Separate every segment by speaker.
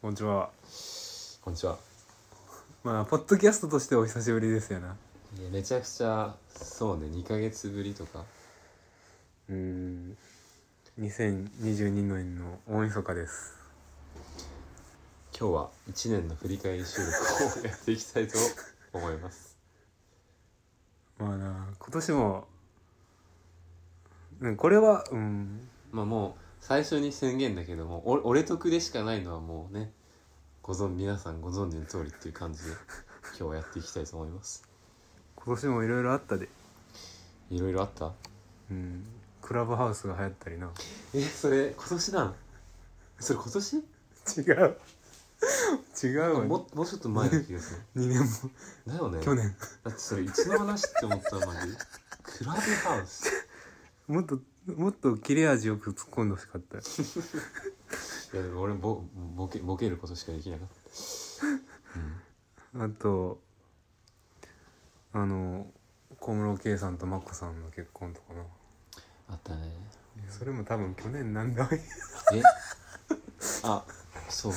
Speaker 1: こんにちは
Speaker 2: こんにちは
Speaker 1: まあポッドキャストとしてお久しぶりですよない
Speaker 2: やめちゃくちゃそうね2ヶ月ぶりとか
Speaker 1: うん2022年の大晦日です
Speaker 2: 今日は1年の振り返り収録をやっていきたいと思い ます
Speaker 1: まあな今年もうんこれはうん
Speaker 2: まあもう最初に宣言だけどもお俺得でしかないのはもうねご存皆さんご存知の通りっていう感じで今日はやっていきたいと思います
Speaker 1: 今年もいろいろあったで
Speaker 2: いろいろあった
Speaker 1: うんクラブハウスが流行ったりな
Speaker 2: えそれ今年なのそれ今年
Speaker 1: 違う違うわ
Speaker 2: ももうちょっと前の気がする
Speaker 1: 2年も
Speaker 2: だよね
Speaker 1: 去年
Speaker 2: だってそれいつの話って思ったマジクラブハウス
Speaker 1: もっともっと切れ味よく突っ込んでほしかったよ
Speaker 2: いやでも俺ボボケボケることしかできなかった
Speaker 1: あとあの小室圭さんと眞子さんの結婚とかな
Speaker 2: あ ったね
Speaker 1: それも多分去年なんだ
Speaker 2: えあそう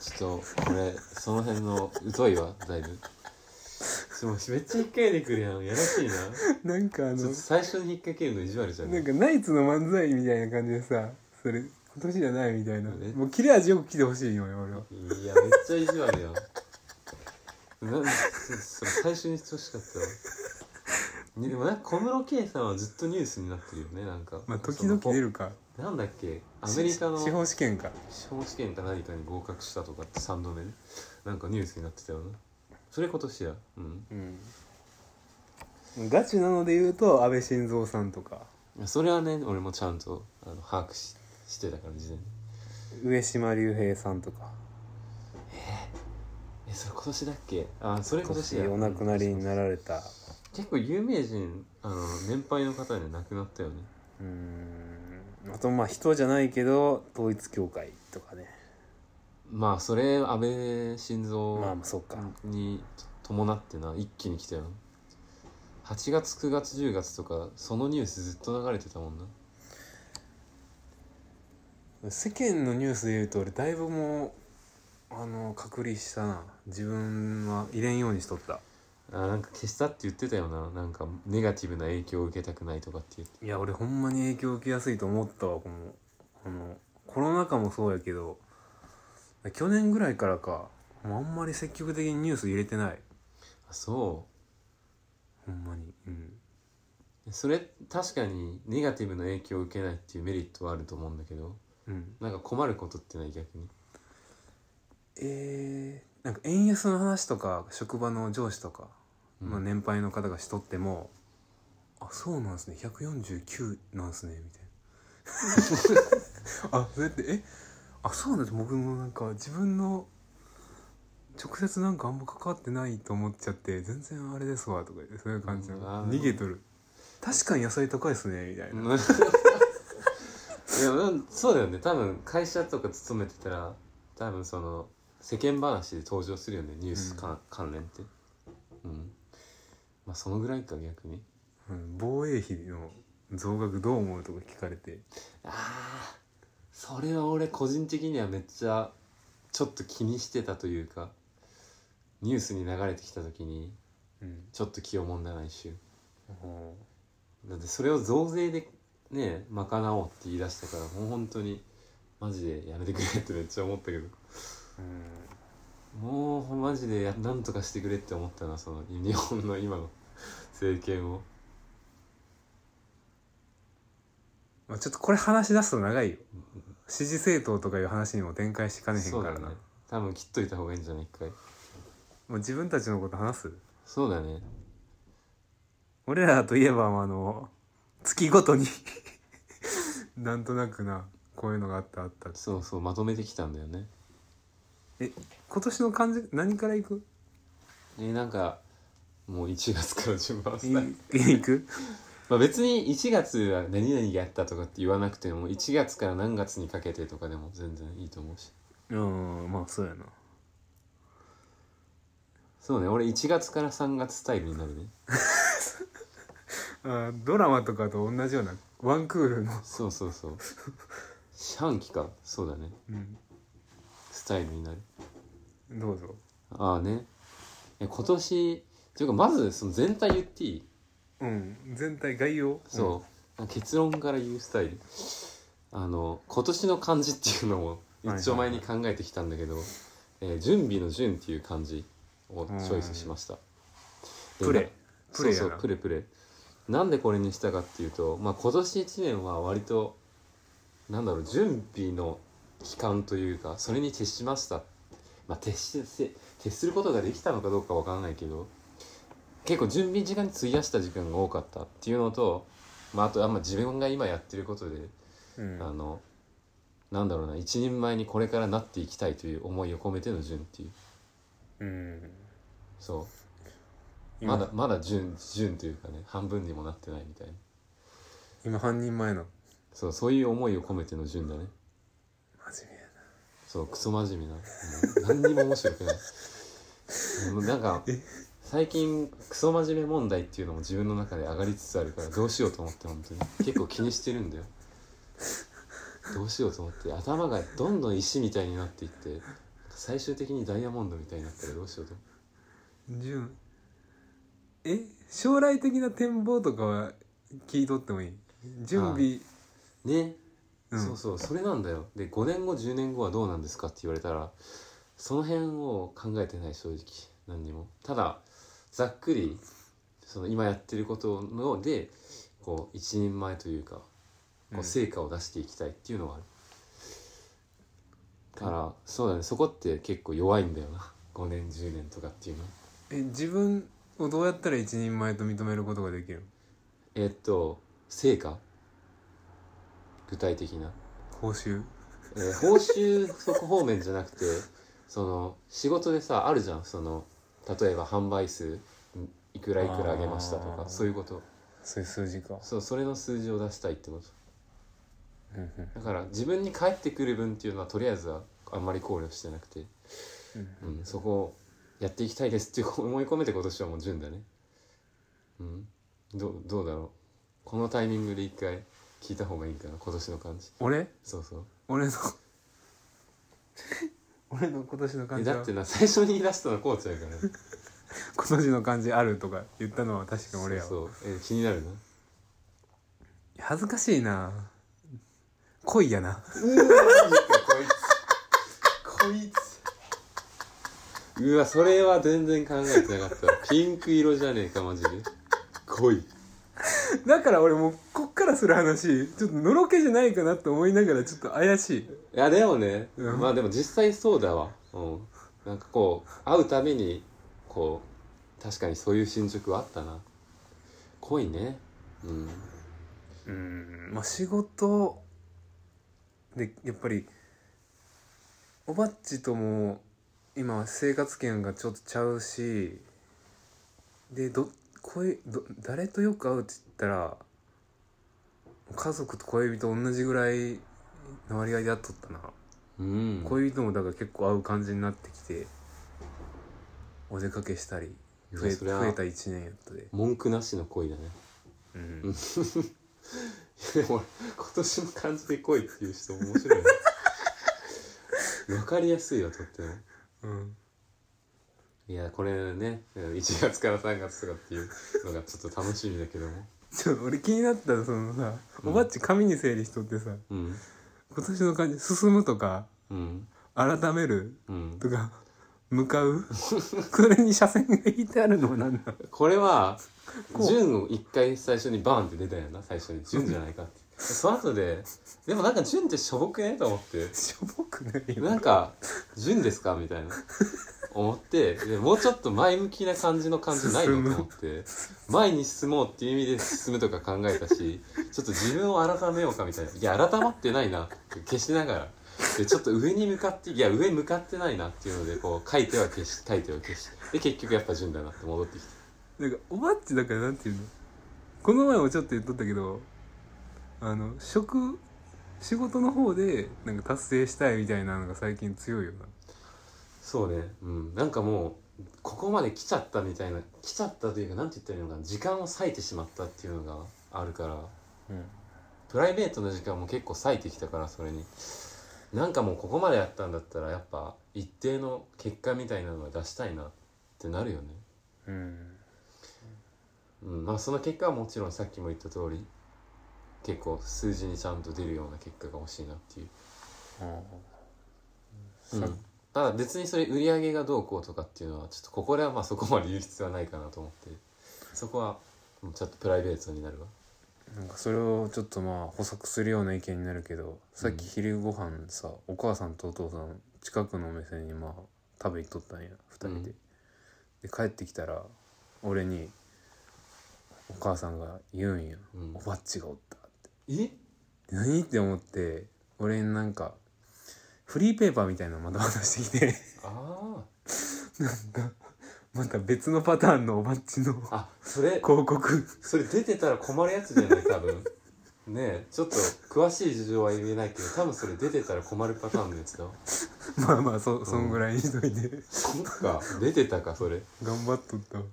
Speaker 2: ちょっと俺その辺の疎いわだいぶでもめっちゃ引っかいてくるやんやらしい
Speaker 1: な
Speaker 2: な
Speaker 1: んかあ
Speaker 2: ちょ
Speaker 1: の
Speaker 2: っと最初に引っかけるの意地悪じゃん
Speaker 1: なんかナイツの漫才みたいな感じでさそれ今年じゃないみたいな
Speaker 2: ね
Speaker 1: もう切れ味よく来てほしいよ俺はい
Speaker 2: やめっちゃ意地悪やんなんそれ最初にしてほしかったわねでもなんか小室圭さんはずっとニュースになってるよねなんか
Speaker 1: まあ時々出
Speaker 2: る
Speaker 1: るか
Speaker 2: なんだっけアメリカの
Speaker 1: 司法試験か
Speaker 2: 司法試験か何かに合格したとかって3度目ねなんかニュースになってたよなそれ今年やうん
Speaker 1: うんガチなので言うと安倍晋三さんとか
Speaker 2: いやそれはね俺もちゃんとあの把握ししてたから事前に
Speaker 1: 上島竜兵さんとか
Speaker 2: えそれ今年だっけあそれ今
Speaker 1: 今
Speaker 2: 年
Speaker 1: 年
Speaker 2: や
Speaker 1: お亡くなりになられた
Speaker 2: 結構有名人あの年配の方で亡くなったよね
Speaker 1: うーんあとまあ人じゃないけど統一教会とかね
Speaker 2: まあそれ安倍
Speaker 1: まあ
Speaker 2: 晋
Speaker 1: まあそうか、
Speaker 2: 三に伴ってな一気に来たよ8月9月10月とかそのニュースずっと流れてたもんな
Speaker 1: 世間のニュースで言うと俺だいぶもうあの隔離したな自分は入れんようにしとった
Speaker 2: あなんか消したって言ってたよななんかネガティブな影響を受けたくないとかって言って
Speaker 1: いや俺ほんまに影響受けやすいと思ったわこのこのコロナ禍もそうやけど去年ぐらいからかもうあんまり積極的にニュース入れてない
Speaker 2: あそ
Speaker 1: ほんまにうん
Speaker 2: うそれ確かにネガティブな影響を受けないっていうメリットはあると思うんだけど
Speaker 1: うん
Speaker 2: なんか困ることって ない逆に
Speaker 1: えー、なんか円安の話とか職場の上司とか、
Speaker 2: うん
Speaker 1: まあ、年配の方がしとっても「あそうなんすね149なんすね」みたいな あそうやって「えあそうなんです僕もなんか自分の直接なんかあんま関わってないと思っちゃって全然あれですわ」とか言ってそういう感じの
Speaker 2: うんあー
Speaker 1: 逃げとる「確かに野菜高いっすね」みたいな、
Speaker 2: うんいやうんそうだよね多分会社とか勤めてたら多分その世間話で登場するよねニュースか、関連ってうんまあそのぐらいか逆に
Speaker 1: うん防衛費の増額どう思うとか聞かれて
Speaker 2: あーそれは俺個人的にはめっちゃちょっと気にしてたというかニュースに流れてきた時に
Speaker 1: うん
Speaker 2: ちょっと気をもんだないし
Speaker 1: うん
Speaker 2: だってそれを増税でね賄おうって言い出したからもう本当にマジでやめてくれって めっちゃ思ったけどもうマジでやなんとかしてくれって思ったなその日本の今の政権を
Speaker 1: まあ、ちょっとこれ話し出すと長いよ支持政党とかいう話にも展開しかねへん
Speaker 2: そう
Speaker 1: か
Speaker 2: だ
Speaker 1: らな
Speaker 2: ね多分切っといた方がいいんじゃない一回
Speaker 1: もう自分たちのこと話す
Speaker 2: そうだね
Speaker 1: 俺らといえばあの月ごとに なんとなくなこういうのがあったあったって
Speaker 2: そうそうまとめてきたんだよね
Speaker 1: 今年の感じ何からいく
Speaker 2: えなんかもう1月から順番
Speaker 1: い
Speaker 2: スタート
Speaker 1: いく
Speaker 2: まあ別に1月は何々やったとかって言わなくても1月から何月にかけてとかでも全然いいと思うし
Speaker 1: うんまあそうやな
Speaker 2: そうね俺1月から3月スタイルになるね
Speaker 1: あドラマとかと同じようなワンクールの、
Speaker 2: そうそうそう四半期かそうだね
Speaker 1: うん、
Speaker 2: スタイルになる
Speaker 1: どうぞ
Speaker 2: ああねいや今年というかまずその全体言っていい
Speaker 1: うん全体概要
Speaker 2: そう、結論から言うスタイルあの今年の漢字っていうのを一丁前に考えてきたんだけど、えー準備の「準」っていう漢字をチョイスしました、
Speaker 1: プレプ
Speaker 2: そう
Speaker 1: レやな
Speaker 2: そうプレプレなんでこれにしたかっていうと、まあ、今年1年は割となんだろう準備の期間というかそれに徹しました、まあ、徹しせ徹することができたのかどうかわからないけど結構準備時間に費やした時間が多かったっていうのと、まあ、あとあんま自分が今やってることで、
Speaker 1: うん、うん
Speaker 2: あのなんだろうな一人前にこれからなっていきたいという思いを込めての準っていう
Speaker 1: うん、
Speaker 2: そう
Speaker 1: 今
Speaker 2: まだまだ順順というかね半分にもなってないみたいな
Speaker 1: 今半人前の
Speaker 2: そうそういう思いを込めての順だね
Speaker 1: 真面目やな
Speaker 2: そうクソ真面目なもう何にも面白くないもうなんか
Speaker 1: え
Speaker 2: 最近クソ真面目問題っていうのも自分の中で上がりつつあるからどうしようと思って本当に結構気にしてるんだよどうしようと思って頭がどんどん石みたいになっていって最終的にダイヤモンドみたいになったらどうしようと思って
Speaker 1: 順え将来的な展望とかは聞いとってもいい準備
Speaker 2: ね
Speaker 1: うん
Speaker 2: そうそうそれなんだよで5年後10年後はどうなんですかって言われたらその辺を考えてない正直何にもただざっくりその今やってることのでこう一人前というか
Speaker 1: う
Speaker 2: こうん成果を出していきたいっていうのはある、からそうだねそこって結構弱いんだよな5年10年とかっていうのは
Speaker 1: え自分をどうやったら一人前と認めることができる
Speaker 2: えっと成果具体的な
Speaker 1: 報酬
Speaker 2: えー報酬即方面じゃなくて その仕事でさあるじゃんその例えば販売数んいくらいくら上げましたと
Speaker 1: あ
Speaker 2: か
Speaker 1: ー
Speaker 2: そういうこと
Speaker 1: そういう数字か
Speaker 2: そうそれの数字を出したいってこと
Speaker 1: うんうん
Speaker 2: だから自分に返ってくる分っていうのはとりあえずはあんまり考慮してなくて、
Speaker 1: うん
Speaker 2: うん、そこをやっていきたいですっていう思い込めて今年はもう順だねうんどうどうだろうこのタイミングで一回聞いた方がいいかな今年の感じ
Speaker 1: 俺
Speaker 2: そうそう
Speaker 1: 俺の 俺の今年の
Speaker 2: え
Speaker 1: 感じ
Speaker 2: だ
Speaker 1: は
Speaker 2: ってな最初に言い出したのはこうちゃうから
Speaker 1: 今年の感じあるとか言ったのは確か俺やわ
Speaker 2: そうそうえ気になるな
Speaker 1: 恥ずかしいな恋やな
Speaker 2: うわこいつこいつうわそれは全然考えてなかったピンク色じゃねえかマジで濃い
Speaker 1: だから俺もうこっからする話ちょっとのろけじゃないかなと思いながらちょっと怪しい
Speaker 2: いやでもね、
Speaker 1: うん
Speaker 2: まあでも実際そうだわうんなんかこう会うためにこう確かにそういう進捗はあったな濃いねうん
Speaker 1: うんまあ仕事でやっぱりおばっちとも今生活圏がちょっとちゃうしでど恋ど誰とよく会うって言ったら家族と恋人同じぐらいの割合で会っとったな、
Speaker 2: うん
Speaker 1: 恋人もだから結構会う感じになってきてお出かけしたり増え
Speaker 2: そりゃ
Speaker 1: 増えた1年やったで、
Speaker 2: 文句なしの恋だね
Speaker 1: うん
Speaker 2: でも今年の漢字で来いっていう人面白い なわかりやすいわとっても
Speaker 1: うん
Speaker 2: いやこれね1月から3月とかっていうのがちょっと楽しみだけども
Speaker 1: ちょっと俺気になったそのさ、
Speaker 2: うん
Speaker 1: おばっち紙に整理しとってさ
Speaker 2: うん
Speaker 1: 今年の感じ「進む」とか
Speaker 2: うん
Speaker 1: 「改める
Speaker 2: う」ん
Speaker 1: とか「向か う」それに斜線が引いてあるのは何だ
Speaker 2: これは
Speaker 1: こう
Speaker 2: 順を一回最初にバーンって出たよな最初に順じゃないかってその後ででもなんか順ってしょぼくねと思って
Speaker 1: しょぼくないよ
Speaker 2: なんか順ですかみたいな思ってでもうちょっと前向きな感じの感じない
Speaker 1: 進
Speaker 2: の
Speaker 1: む
Speaker 2: と思って前に進もうっていう意味で進むとか考えたしちょっと自分を改めようかみたいないや改まってないなって消しながらでちょっと上に向かっていや上向かってないなっていうのでこう書いては消し書いては消しで結局やっぱ順だなって戻ってきて
Speaker 1: なんかおばっちだからなんていうのこの前もちょっと言っとったけどあの職仕事の方でなんか達成したいみたいなのが最近強いよな
Speaker 2: そうねうんなんかもうここまで来ちゃったみたいな来ちゃったというかなんて言ったらいいのかな時間を割いてしまったっていうのがあるから。
Speaker 1: うん
Speaker 2: プライベートの時間も結構割いてきたからそれになんかもうここまでやったんだったらやっぱ一定の結果みたいなのは出したいなってなるよね、
Speaker 1: うん
Speaker 2: うん、まあその結果はもちろんさっきも言った通り結構数字にちゃんと出るような結果が欲しいなっていう、
Speaker 1: あ
Speaker 2: う
Speaker 1: ーさ
Speaker 2: ん、ただ別にそれ売り上げがどうこうとかっていうのはちょっとここではまあそこまで言う必要はないかなと思ってそこはもうちょっとプライベートになるわ
Speaker 1: なんかそれをちょっとまあ補足するような意見になるけどさっき昼ご飯さ、お母さんとお父さん近くのお店にまあ食べ行っとったんや2人で、で帰ってきたら俺にお母さんが言うんや、
Speaker 2: うん
Speaker 1: おばっちがおったって
Speaker 2: え
Speaker 1: 何って思って俺になんかフリーペーパーみたいなのまた渡してき て
Speaker 2: あ
Speaker 1: また別のパターンのおばっちの
Speaker 2: ああそれ
Speaker 1: 広告
Speaker 2: それ出てたら困るやつじゃない多分ねえちょっと詳しい事情は言えないけど多分それ出てたら困るパターンのやつだ
Speaker 1: まあまあそそんぐらいにしといて、
Speaker 2: そっか出てたかそれ
Speaker 1: 頑張っとったわ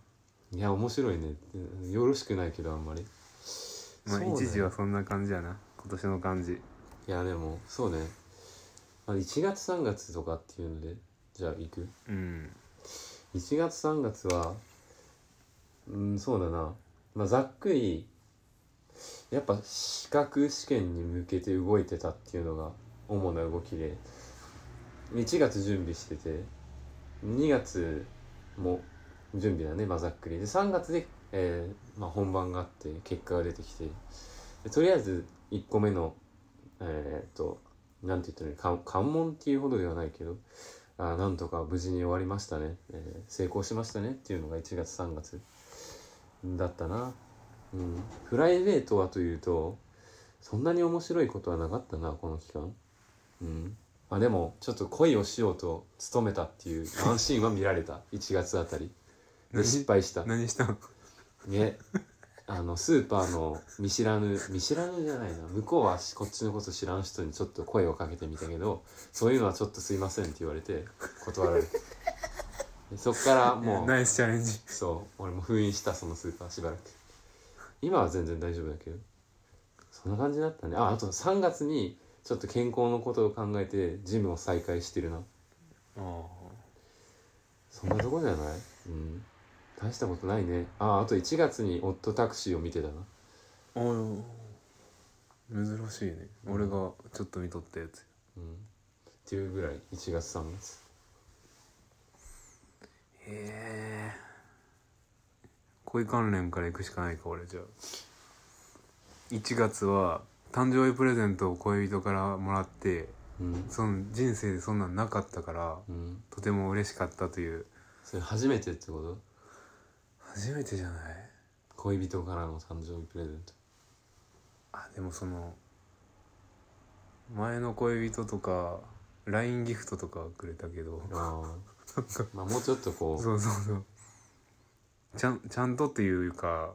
Speaker 2: いや面白いねうんよろしくないけどあんまり
Speaker 1: ま
Speaker 2: そ
Speaker 1: あ
Speaker 2: うね
Speaker 1: 一時はそんな感じやな今年の感じ
Speaker 2: いやでもそうね、まあ、1月3月とかっていうのでじゃあ行く
Speaker 1: うん
Speaker 2: 1月3月はうんそうだな、まあ、ざっくりやっぱ資格試験に向けて動いてたっていうのが主な動きで1月準備してて2月も準備だね、まあ、ざっくりで3月で、えーまあ、本番があって結果が出てきてでとりあえず1個目のえーっとなんて言ったらいい関関門っていうほどではないけどあーなんとか無事に終わりましたね、えー成功しましたねっていうのが1月3月だったな、うん、プライベートはというとそんなに面白いことはなかったなこの期間うんまあでもちょっと恋をしようと努めたっていう安心は見られた1月あたりで
Speaker 1: 何
Speaker 2: 失敗した
Speaker 1: 何したん
Speaker 2: ねあのスーパーの見知らぬ見知らぬじゃないな向こうはこっちのこと知らん人にちょっと声をかけてみたけどそういうのはちょっとすいませんって言われて断られてでそっからも
Speaker 1: ナ
Speaker 2: う
Speaker 1: イスチャレンジ
Speaker 2: そう俺も封印したそのスーパーしばらく今は全然大丈夫だけどそんな感じだったねああと3月にちょっと健康のことを考えてジムを再開してるな
Speaker 1: あ
Speaker 2: そんなとこじゃないうん大したことないねああと1月にオットタクシーを見てたな
Speaker 1: あ珍しいね俺がちょっと見とったやつ
Speaker 2: うん、っていうぐらい1月3月
Speaker 1: へえ恋関連から行くしかないか俺じゃあ1月は誕生日プレゼントを恋人からもらって
Speaker 2: うん、
Speaker 1: その人生でそんなんなかったから
Speaker 2: うん、
Speaker 1: とても嬉しかったという
Speaker 2: それ初めてってこと
Speaker 1: 初めてじゃない
Speaker 2: 恋人からの誕生日プレゼント
Speaker 1: あでもその前の恋人とか LINE ギフトとかくれたけど
Speaker 2: ああ まあもうちょっとこう
Speaker 1: そうそうそうちゃんちゃんとっていうか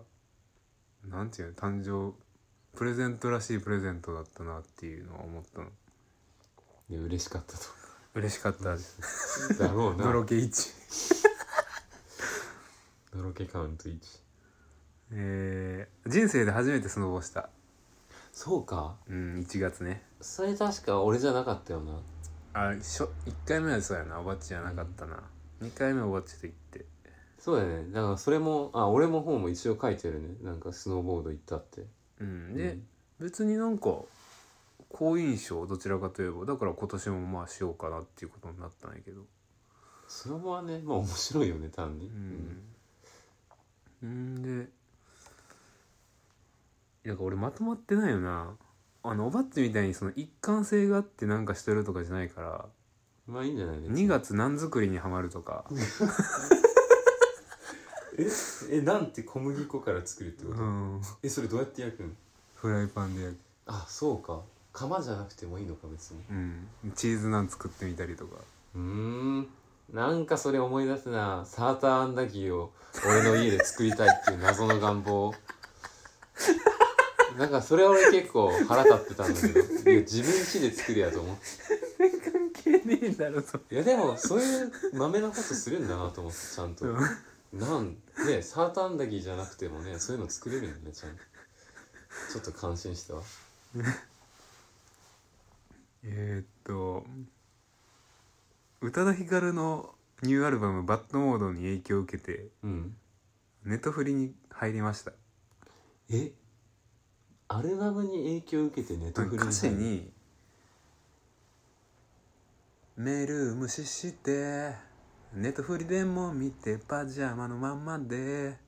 Speaker 1: なんていうの誕生プレゼントらしいプレゼントだったなっていうのは思ったの
Speaker 2: で嬉しかった
Speaker 1: 嬉しかったです
Speaker 2: と だろうな
Speaker 1: ドロ
Speaker 2: の
Speaker 1: ケ1
Speaker 2: ろけカウント1
Speaker 1: えー、人生で初めてスノボした
Speaker 2: そうか
Speaker 1: うん1月ね
Speaker 2: それ確か俺じゃなかったよな
Speaker 1: あしょ1回目はそうやなおばっちじゃなかったな、2回目おばっちと行って
Speaker 2: そうだねだからそれもあ俺も本も一応書いてるねなんかスノーボード行ったって
Speaker 1: うんで、
Speaker 2: うん
Speaker 1: 別になんか好印象どちらかといえばだから今年もまあしようかなっていうことになったんやけど
Speaker 2: スノボはねまあ面白いよね単に、
Speaker 1: うん、うん、でなんか俺まとまってないよなあのおばっちみたいにその一貫性があってなんかしてるとかじゃないから
Speaker 2: うんまあいいんじゃない
Speaker 1: 2月何作りにはまるとか
Speaker 2: ええなんて小麦粉から作るってこ
Speaker 1: うん
Speaker 2: えそれどうやって焼くの
Speaker 1: フライパンでやる
Speaker 2: あそうか釜じゃなくてもいいのか別に
Speaker 1: うんチーズナン作ってみたりとか
Speaker 2: うーんなんかそれ思い出すなサーターアンダギーを俺の家で作りたいっていう謎の願望 なんかそれ俺結構腹立ってたんだけどいや自分家で作るやと思って
Speaker 1: 関係ねえだろそ
Speaker 2: いやでもそういう豆のことするんだなと思ってちゃんとなんねサーターアンダギーじゃなくてもねそういうの作れるんだねちゃんとちょっと感心したわ
Speaker 1: えーっと宇多田ヒカルのニューアルバム「バッドモード」に影響を受けて
Speaker 2: うん
Speaker 1: ネトフリに入りました
Speaker 2: えアルバムに影響を受けてネットフリー
Speaker 1: 歌詞に「メール無視してネットフリでも見てパジャマのまんまで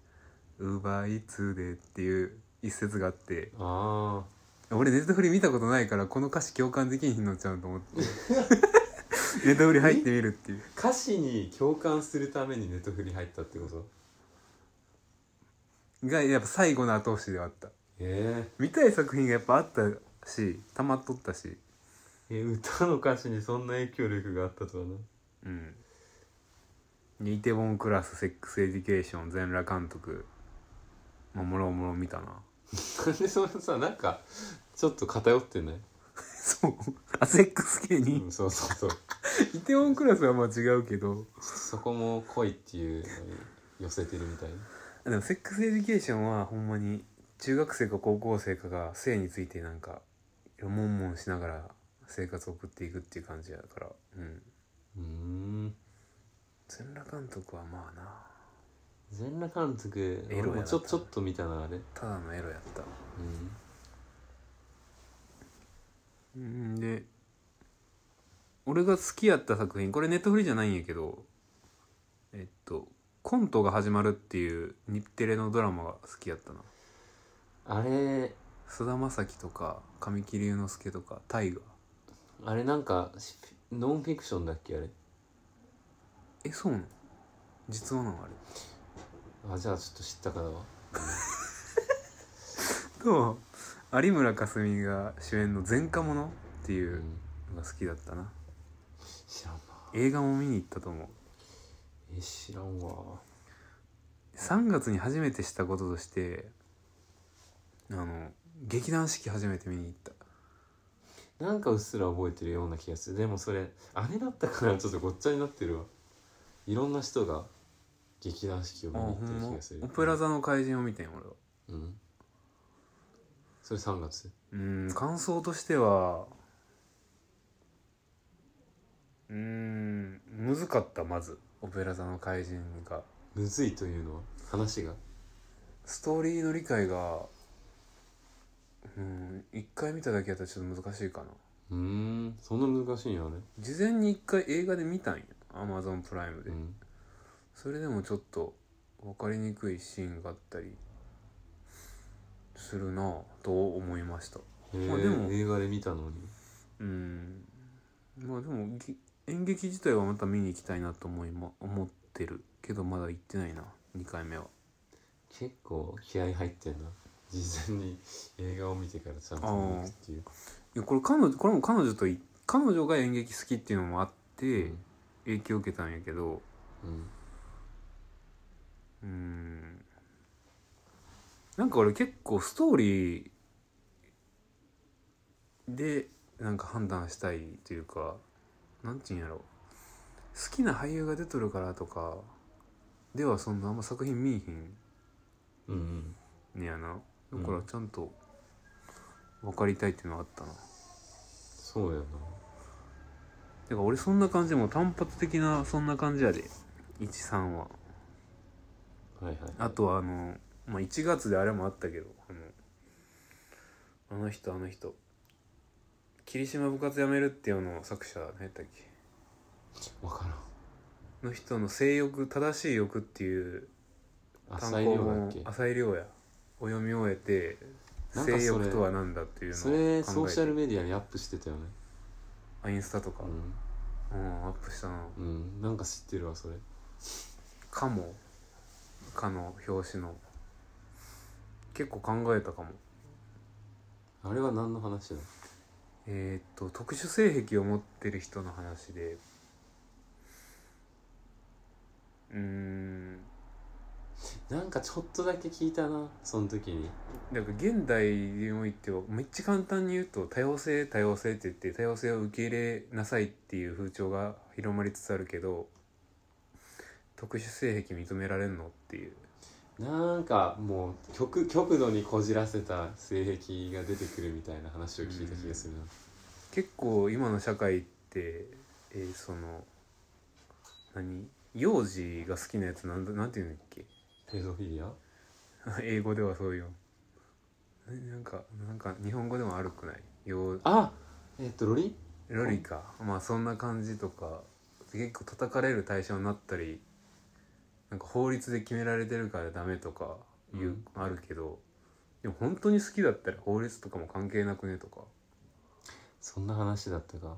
Speaker 1: 奪いつで」っていう一節があって
Speaker 2: あ
Speaker 1: 俺ネットフリ見たことないからこの歌詞共感できひんのちゃうと思 ってネットフリ入ってみるっていう
Speaker 2: あ歌詞に共感するためにネットフリー入ったってこと
Speaker 1: がやっぱ最後の後押しではあった
Speaker 2: え
Speaker 1: 見たい作品がやっぱあったし溜まっとったし
Speaker 2: ー、え歌の歌詞にそんな影響力があったとはな
Speaker 1: うんイテボンクラスセックスエディケーション全裸監督まあもろもろ見たな
Speaker 2: なんでそのさなんかちょっと偏ってない、
Speaker 1: そうあセックス系
Speaker 2: う
Speaker 1: に、
Speaker 2: ん、そうそうそう
Speaker 1: イテボンクラスはまあ違うけど
Speaker 2: そこも恋っていうのに寄せてるみたいな
Speaker 1: でもセックスエディケーションはほんまに中学生か高校生かが性についてなんかもんもんしながら生活を送っていくっていう感じやからうん
Speaker 2: うーん
Speaker 1: 全裸監督はまあな
Speaker 2: 全裸監督
Speaker 1: エロや
Speaker 2: 俺
Speaker 1: な
Speaker 2: もちょ
Speaker 1: 多分
Speaker 2: ちょっと見たなあれ
Speaker 1: ただのエロやった
Speaker 2: うん
Speaker 1: うんで俺が好きやった作品これネットフリじゃないんやけどえっと「コントが始まる」っていう日テレのドラマが好きやったな
Speaker 2: あれ
Speaker 1: 菅田将暉とか神木隆之介とか大河
Speaker 2: あれなんかしノンフィクションだっけあれ
Speaker 1: えそうなの実話なのあれ
Speaker 2: あじゃあちょっと知ったかだわ
Speaker 1: と有村架純が主演の「前科者」っていううんのが好きだったな
Speaker 2: 知らんな
Speaker 1: 映画も見に行ったと思う
Speaker 2: え知らんわ
Speaker 1: 3月に初めてしたこととしてあの劇団四季初めて見に行った
Speaker 2: なんかうっすら覚えてるような気がするでもそれあれだったからちょっとごっちゃになってるわいろんな人が劇団四季を見
Speaker 1: あ
Speaker 2: に行っ
Speaker 1: ほ
Speaker 2: て
Speaker 1: ん
Speaker 2: る
Speaker 1: ま
Speaker 2: 気がする
Speaker 1: オペラ座の怪人を見てん俺は
Speaker 2: うんそれ3月
Speaker 1: うん感想としてはうん難かったまずオペラ座の怪人が
Speaker 2: むずいというのは話が
Speaker 1: ストーリーの理解がうん一回見ただけやったらちょっと難しいかな
Speaker 2: うーんそんな難しいんやあれ
Speaker 1: 事前に一回映画で見たんよアマゾンプライムで、
Speaker 2: うん
Speaker 1: それでもちょっと分かりにくいシーンがあったりするなぁと思いました
Speaker 2: へ
Speaker 1: まあでも
Speaker 2: え映画で見たのに
Speaker 1: うんまあでもぎ演劇自体はまた見に行きたいなと思い、ま、思ってるけどまだ行ってないな2回目は
Speaker 2: 結構気合入ってんな事前に映画を見てからちゃんと見に行くっていう
Speaker 1: いやこれ彼女これも彼女とい彼女が演劇好きっていうのもあって、
Speaker 2: うん
Speaker 1: 影響を受けたんやけど
Speaker 2: う
Speaker 1: う
Speaker 2: ん
Speaker 1: んなんか俺結構ストーリーでなんか判断したいというかなんていうんやろ好きな俳優が出とるからとかではそんなあんま作品見いひん
Speaker 2: うんうん
Speaker 1: ねやな
Speaker 2: う
Speaker 1: だ
Speaker 2: ん
Speaker 1: からちゃんと分かりたいっていうのはあったな、
Speaker 2: そうやな
Speaker 1: てか俺そんな感じもう単発的なそんな感じやで13は
Speaker 2: はいはいはい
Speaker 1: あとはあのまあ1月であれもあったけどあのあの人あの人霧島部活やめるっていうのを作者何やったっけ
Speaker 2: 分からん
Speaker 1: の人の「性欲正しい欲」っていう
Speaker 2: 浅い量だっけ
Speaker 1: 浅井亮やを読み終えて「
Speaker 2: なんかそれ
Speaker 1: 性欲とは何だ」っていう
Speaker 2: それ
Speaker 1: の
Speaker 2: ソ
Speaker 1: を
Speaker 2: ー
Speaker 1: 考
Speaker 2: シャ
Speaker 1: えて
Speaker 2: ルメディアにアップしてたよね
Speaker 1: あインスタとか、うん、
Speaker 2: う、
Speaker 1: アップしたなん
Speaker 2: うん、なんか知ってるわそれ
Speaker 1: 「かも」「か」の表紙の結構考えたかも
Speaker 2: あれは何の話だ
Speaker 1: えーっと特殊性癖を持ってる人の話でうーん
Speaker 2: なんかちょっとだけ聞いたなその時に
Speaker 1: なんか現代においてはめっちゃ簡単に言うと多様性多様性って言って多様性を受け入れなさいっていう風潮が広まりつつあるけど特殊性癖認められんのっていう
Speaker 2: なんかもう極極度にこじらせた性癖が出てくるみたいな話を聞いた気がするな
Speaker 1: 結構今の社会って、えーその何幼児が好きなやつなんだなんていうんだっけ
Speaker 2: ペドフィリア
Speaker 1: 英語ではそうよななんかなんか日本語でも悪くないよう
Speaker 2: あえっとロリ
Speaker 1: ロリかまあそんな感じとか結構叩かれる対象になったりなんか法律で決められてるからダメとかいう、
Speaker 2: うん
Speaker 1: あるけどでも本当に好きだったら法律とかも関係なくねとか
Speaker 2: そんな話だったか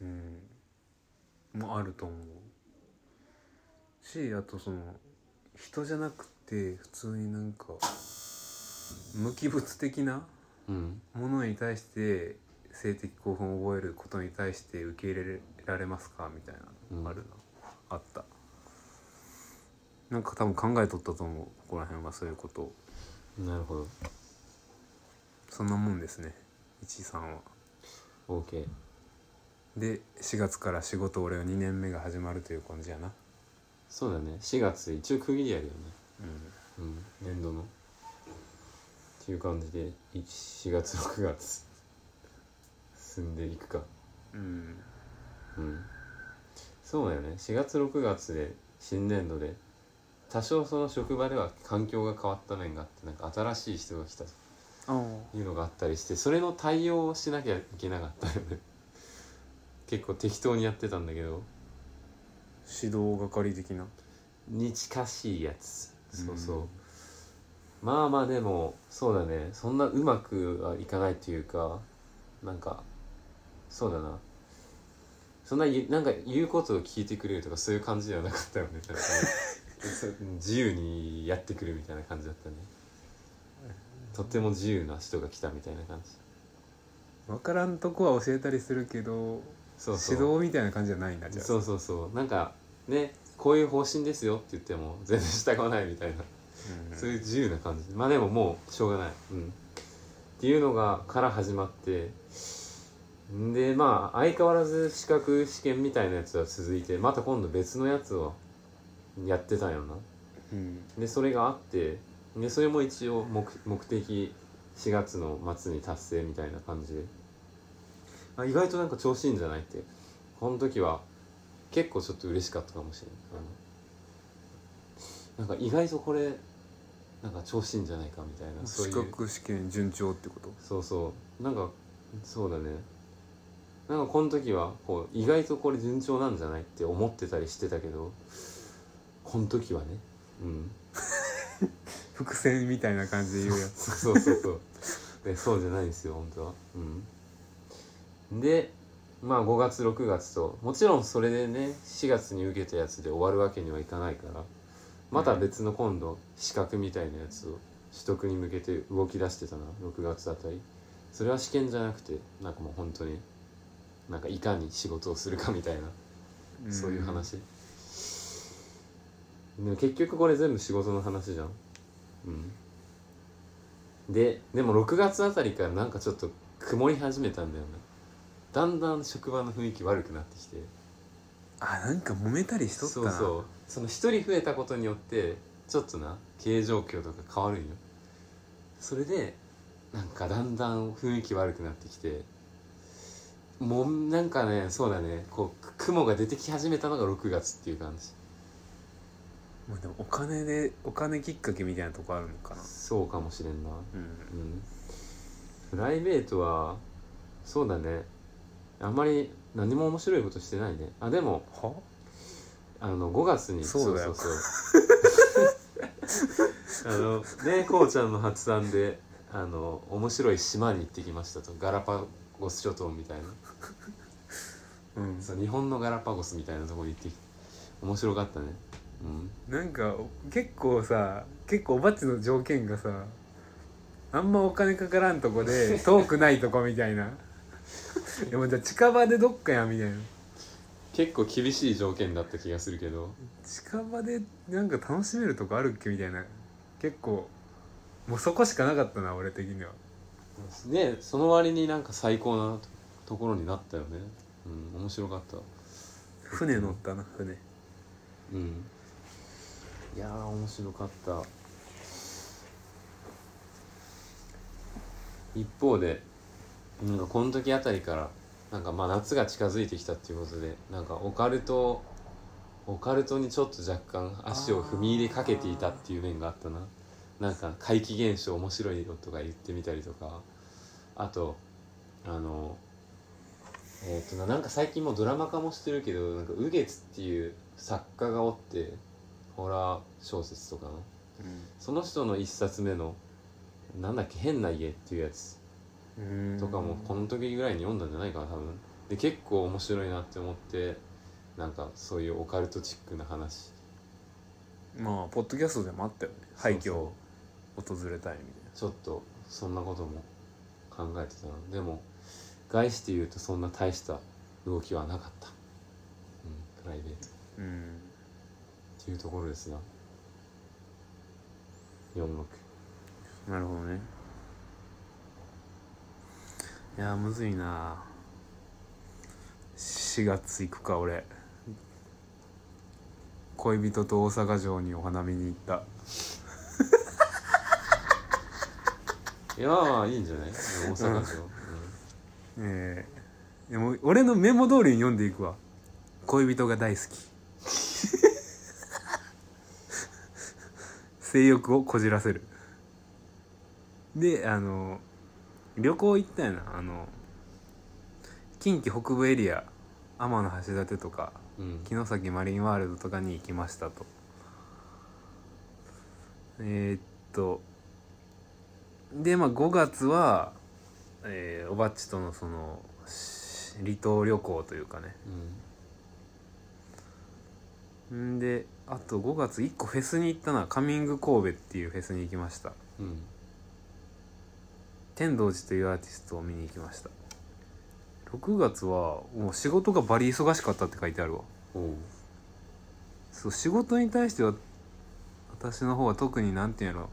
Speaker 1: うんもあると思うしあとその人じゃなくて普通になんか無機物的な
Speaker 2: うん
Speaker 1: ものに対して性的興奮を覚えることに対して受け入れられますかみたいなのあるな、あったなんか多分考えとったと思うここら辺はそういうことを
Speaker 2: なるほど
Speaker 1: そんなもんですね一さんは
Speaker 2: OK
Speaker 1: で4月から仕事俺は2年目が始まるという感じやな
Speaker 2: そうだね4月一応区切りあるよね
Speaker 1: うん
Speaker 2: うん年度のっていう感じで4月6月進んでいくか
Speaker 1: うん
Speaker 2: うんそうだよね4月6月で新年度で多少その職場では環境が変わった面があってなんか新しい人が来たと
Speaker 1: ああ
Speaker 2: いうのがあったりしてそれの対応をしなきゃいけなかったよね結構適当にやってたんだけど
Speaker 1: 指導係的な
Speaker 2: に近しいやつそうそう、
Speaker 1: うん
Speaker 2: まあまあでもそうだねそんなうまくはいかないというかなんかそうだなそんなゆなんか言うことを聞いてくれるとかそういう感じではなかったよね なんかそう自由にやってくるみたいな感じだったねとっても自由な人が来たみたいな感じ
Speaker 1: 分からんとこは教えたりするけど
Speaker 2: そうそう
Speaker 1: 指導みたいな感じじゃないんだじゃあ
Speaker 2: そうそうそうなんかねこういう方針ですよって言っても全然従わないみたいな
Speaker 1: うん
Speaker 2: そういう自由な感じまあでももうしょうがない、うん、っていうのがから始まってんでまあ相変わらず資格試験みたいなやつは続いてまた今度別のやつをやってたんよな
Speaker 1: うん
Speaker 2: でそれがあってでそれも一応目目的4月の末に達成みたいな感じであ意外となんか調子いいんじゃないってこの時は結構ちょっと嬉しかったかもしれないあのなんか意外とこれなんか調子いいんじゃないかみたいなそうい
Speaker 1: 資
Speaker 2: う
Speaker 1: 格試験順調ってこと
Speaker 2: そうそうなんかそうだねなんかこの時はこう意外とこれ順調なんじゃないって思ってたりしてたけどこの時はねうん
Speaker 1: 伏線みたいな感じで言うやつ
Speaker 2: そうそうそうでそうじゃないんですよ本当はうんでまあ5月6月ともちろんそれでね4月に受けたやつで終わるわけにはいかないからまた別の今度資格みたいなやつを取得に向けて動き出してたな6月あたりそれは試験じゃなくてなんかもう本当になんかいかに仕事をするかみたいなそういう話、でも結局これ全部仕事の話じゃんうんででも6月あたりからなんかちょっと曇り始めたんだよねだんだん職場の雰囲気悪くなってきて
Speaker 1: あなんか揉めたりしとった
Speaker 2: そ
Speaker 1: な
Speaker 2: うそうその一人増えたことによってちょっとな経営状況とか変わるんよそれでなんかだんだん雰囲気悪くなってきてもうなんかねそうだねこうく雲が出てき始めたのが6月っていう感じ
Speaker 1: まあでもお金でお金きっかけみたいなとこあるのかな
Speaker 2: そうかもしれんな
Speaker 1: うん
Speaker 2: うんプライベートはそうだねあんまり何も面白いことしてないねあでも
Speaker 1: は
Speaker 2: あの5月に
Speaker 1: そうだよ
Speaker 2: そうそう そうあのねこうちゃんの発案であの面白い島に行ってきましたとガラパゴス諸島みたいな
Speaker 1: うん
Speaker 2: そう日本のガラパゴスみたいなところに行ってきて面白かったねうん
Speaker 1: なんか結構さ結構おばっちの条件がさあんまお金かからんとこ で遠くないとこみたいなでもじゃあ近場でどっかやみたいな
Speaker 2: 結構厳しい条件だった気がするけど
Speaker 1: 近場でなんか楽しめるとこあるっけみたいな結構もうそこしかなかったな俺的には
Speaker 2: ねその割になんか最高なとところになったよねうん面白かった
Speaker 1: 船乗ったな船
Speaker 2: うんいやー面白かった一方でなんかこの時あたりからなんかまあ夏が近づいてきたっていうことでなんかオカルトオカルトにちょっと若干足を踏み入れかけていたっていう面があったななんか怪奇現象面白いよとか言ってみたりとかあとあのえっ、とななんか最近もうドラマ化もしてるけどなんかウゲツっていう作家がおってホラー小説とかのその人の一冊目のなんだっけ変な家っていうやつ
Speaker 1: うん
Speaker 2: とかもこの時ぐらいに読んだんじゃないかな多分で結構面白いなって思ってなんかそういうオカルトチックな話
Speaker 1: まあポッドキャストでもあったよね廃墟
Speaker 2: そう
Speaker 1: を訪れたいみたいな
Speaker 2: そうちょっとそんなことも考えてたなでも外して言うとそんな大した動きはなかった、うん、プライベート
Speaker 1: うん
Speaker 2: っていうところですな46
Speaker 1: なるほどねいやーむずいな4月行くか俺恋人と大阪城にお花見に行った
Speaker 2: いやまあいいんじゃないでも大阪 城、
Speaker 1: ええでも俺のメモ通りに読んでいくわ恋人が大好き性欲をこじらせるであの旅行行ったよなあの近畿北部エリア天橋立とか
Speaker 2: うん、うん
Speaker 1: 城崎マリンワールドとかに行きましたとえーっとでまあ5月は、えーおばっちとのそのし離島旅行というかねんであと5月1個フェスに行ったなカミング神戸っていうフェスに行きました
Speaker 2: うんうん
Speaker 1: 天童寺というアーティストを見に行きました6月はもう仕事がバリ忙しかったって書いてあるわ
Speaker 2: おう
Speaker 1: そう仕事に対しては私の方は特になんていうんやろ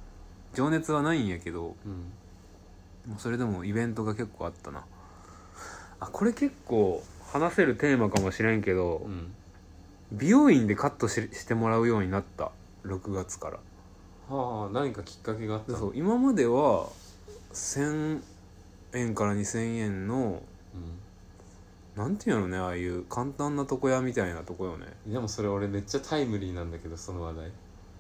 Speaker 1: 情熱はないんやけど
Speaker 2: うん
Speaker 1: もうそれでもイベントが結構あったなあこれ結構話せるテーマかもしれんけど、
Speaker 2: うん
Speaker 1: 美容院でカットししてもらうようになった6月から
Speaker 2: はあ何かきっかけがあったの
Speaker 1: そう今までは1000円から2000円の
Speaker 2: うん
Speaker 1: なんていうんやろねああいう簡単な床屋みたいなとこよね
Speaker 2: でもそれ俺めっちゃタイムリーなんだけどその話題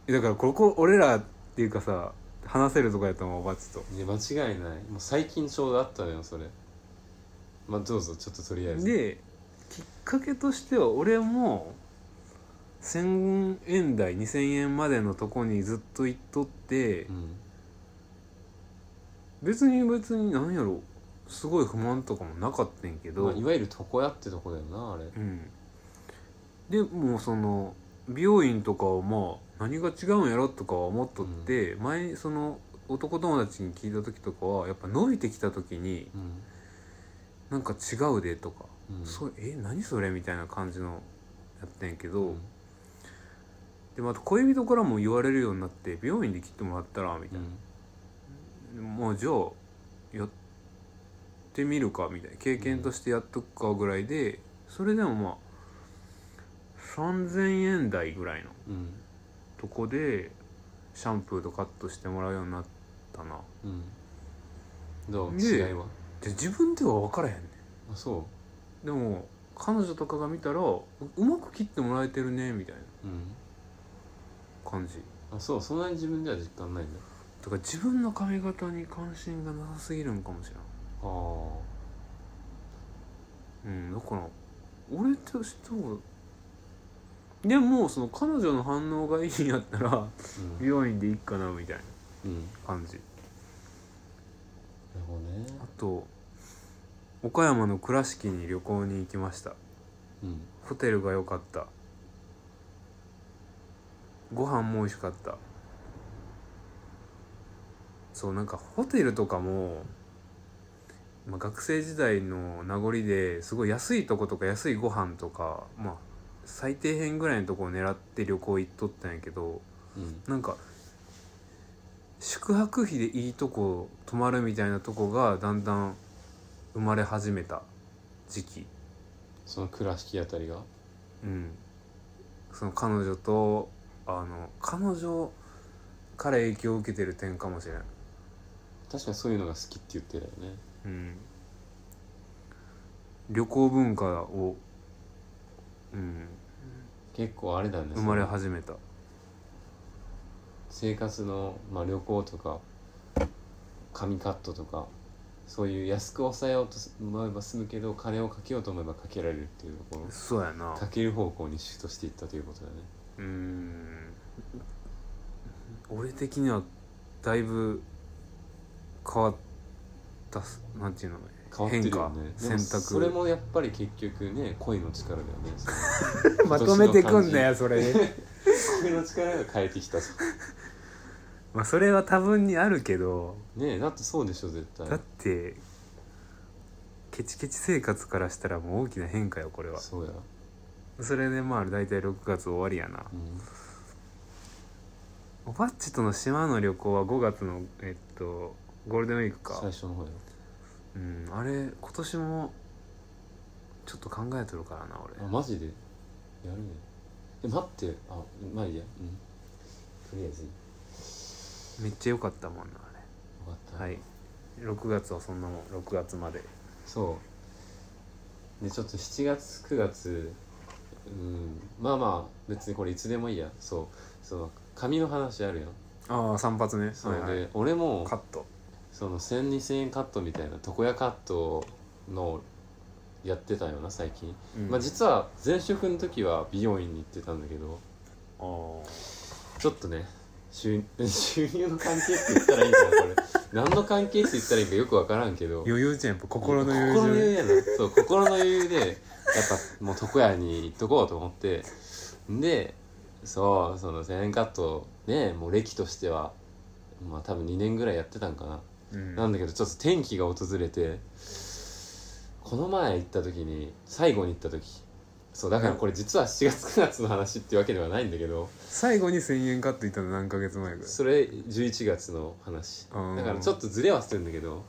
Speaker 1: えだからここ俺らっていうかさ話せるとこやったもんおばっちと
Speaker 2: いや間違いないもう最近ちょうどあったのよそれまあどうぞちょっととりあえず
Speaker 1: できっかけとしては俺も1,000円台2,000円までのとこにずっと行っとって、
Speaker 2: うん
Speaker 1: 別に別に何やろすごい不満とかもなかったんやけど、
Speaker 2: まあ、いわゆる床屋ってとこだよなあれ
Speaker 1: うん、でもうその美容院とかはまあ何が違うんやろとかは思っとって、前その男友達に聞いた時とかはやっぱ伸びてきた時に
Speaker 2: うん、
Speaker 1: なんか違うでとか、
Speaker 2: うん、
Speaker 1: そうえ何それみたいな感じのやってんけ
Speaker 2: う
Speaker 1: ど、
Speaker 2: ん
Speaker 1: でまた恋人からも言われるようになって病院で切ってもらったらみた
Speaker 2: う
Speaker 1: い
Speaker 2: ん
Speaker 1: な、もうじゃあやってみるかみたいな経験としてやっとくかぐらいでそれでもまあ3,000円台ぐらいの
Speaker 2: うん
Speaker 1: とこでシャンプーとカットしてもらうようになったな
Speaker 2: うんどう
Speaker 1: ね
Speaker 2: 違いは
Speaker 1: で自分では分からへんね
Speaker 2: あそ
Speaker 1: んでも彼女とかが見たらううまく切ってもらえてるねみたいな
Speaker 2: ううん
Speaker 1: 感じ
Speaker 2: あそうそんなに自分では実感ないんだ
Speaker 1: だから自分の髪型に関心がなさすぎるんかもしれん
Speaker 2: ああ
Speaker 1: うんだから俺としてはでもその彼女の反応がいいんやったら
Speaker 2: う ん、
Speaker 1: 美容院でいいかなみたいな
Speaker 2: うん、な
Speaker 1: 感じ
Speaker 2: るほどね
Speaker 1: あと岡山の倉敷に旅行に行きました
Speaker 2: うん
Speaker 1: ホテルが良かったご飯も美味しかったそうなんかホテルとかも、まあ、学生時代の名残ですごい安いとことか安いご飯とかまあ最底辺ぐらいのとこを狙って旅行行っとったんやけど
Speaker 2: うん
Speaker 1: なんか宿泊費でいいとこ泊まるみたいなとこがだんだん生まれ始めた時期
Speaker 2: その倉敷あたりが
Speaker 1: うん、その彼女とあの彼女から影響を受けてる点かもしれない、
Speaker 2: 確かにそういうのが好きって言ってたよね
Speaker 1: うん、旅行文化を、うん、
Speaker 2: 結構あれだね
Speaker 1: 生まれ始めた
Speaker 2: 生活の、まあ、旅行とか紙カットとかそういう安く抑えようと思えば済むけど金をかけようと思えばかけられるっていうところ
Speaker 1: そうやな
Speaker 2: かける方向にシフトしていったということだね
Speaker 1: うん俺的にはだいぶ変わったすなんていうの
Speaker 2: 変わってる
Speaker 1: 変
Speaker 2: よ
Speaker 1: 化
Speaker 2: ねで
Speaker 1: 選
Speaker 2: も
Speaker 1: 択
Speaker 2: それもやっぱり結局ね恋の力だよねそ の
Speaker 1: まとめてくんだよそれで
Speaker 2: 恋の力が変えてきたと
Speaker 1: まあそれは多分にあるけど
Speaker 2: ねえだってそうでしょ絶対
Speaker 1: だってケチケチ生活からしたらもう大きな変化よこれは
Speaker 2: そうや、
Speaker 1: それでまあ大体6月終わりやな
Speaker 2: う
Speaker 1: お
Speaker 2: ん、
Speaker 1: ばっちとの島の旅行は5月のえっとゴールデンウィークか
Speaker 2: 最初の方よ
Speaker 1: うんあれ今年もちょっと考えとるからな俺
Speaker 2: あマジでやるねえ待ってあまあいいやうんとりあえずよ
Speaker 1: めっちゃ良かったもんなあ
Speaker 2: かった、
Speaker 1: れはい6月はそんなもん6月まで
Speaker 2: そうでちょっと7月9月うんまあまあ別にこれいつでもいいやそうその紙の話あるよ
Speaker 1: ああ散髪ね
Speaker 2: そうで、俺も
Speaker 1: カット
Speaker 2: その10002000円カットみたいな床屋カットのやってたよな最近、
Speaker 1: うん
Speaker 2: まあ実は前職の時は美容院に行ってたんだけど
Speaker 1: あー
Speaker 2: ちょっとね収 収入の関係って言ったらいいんだ なこれ何の関係って言ったらいいかよく分からんけど
Speaker 1: 余裕じゃんやっぱ心の
Speaker 2: 心の
Speaker 1: 余
Speaker 2: 余
Speaker 1: 裕
Speaker 2: 裕やなそう心の余裕でやっぱもう床屋に行っとこうと思ってでそうその1000円カットねもう歴としてはまあ多分2年ぐらいやってたんかな
Speaker 1: じゃんうん
Speaker 2: なんだけどちょっと天気が訪れてこの前行った時に最後に行った時そうだからこれ実は7月9月の話っていうわけではないんだけど
Speaker 1: 最後に1000円カットいったの何ヶ月前ぐらい
Speaker 2: それ11月の話
Speaker 1: うん
Speaker 2: だからちょっとずれはするんだけど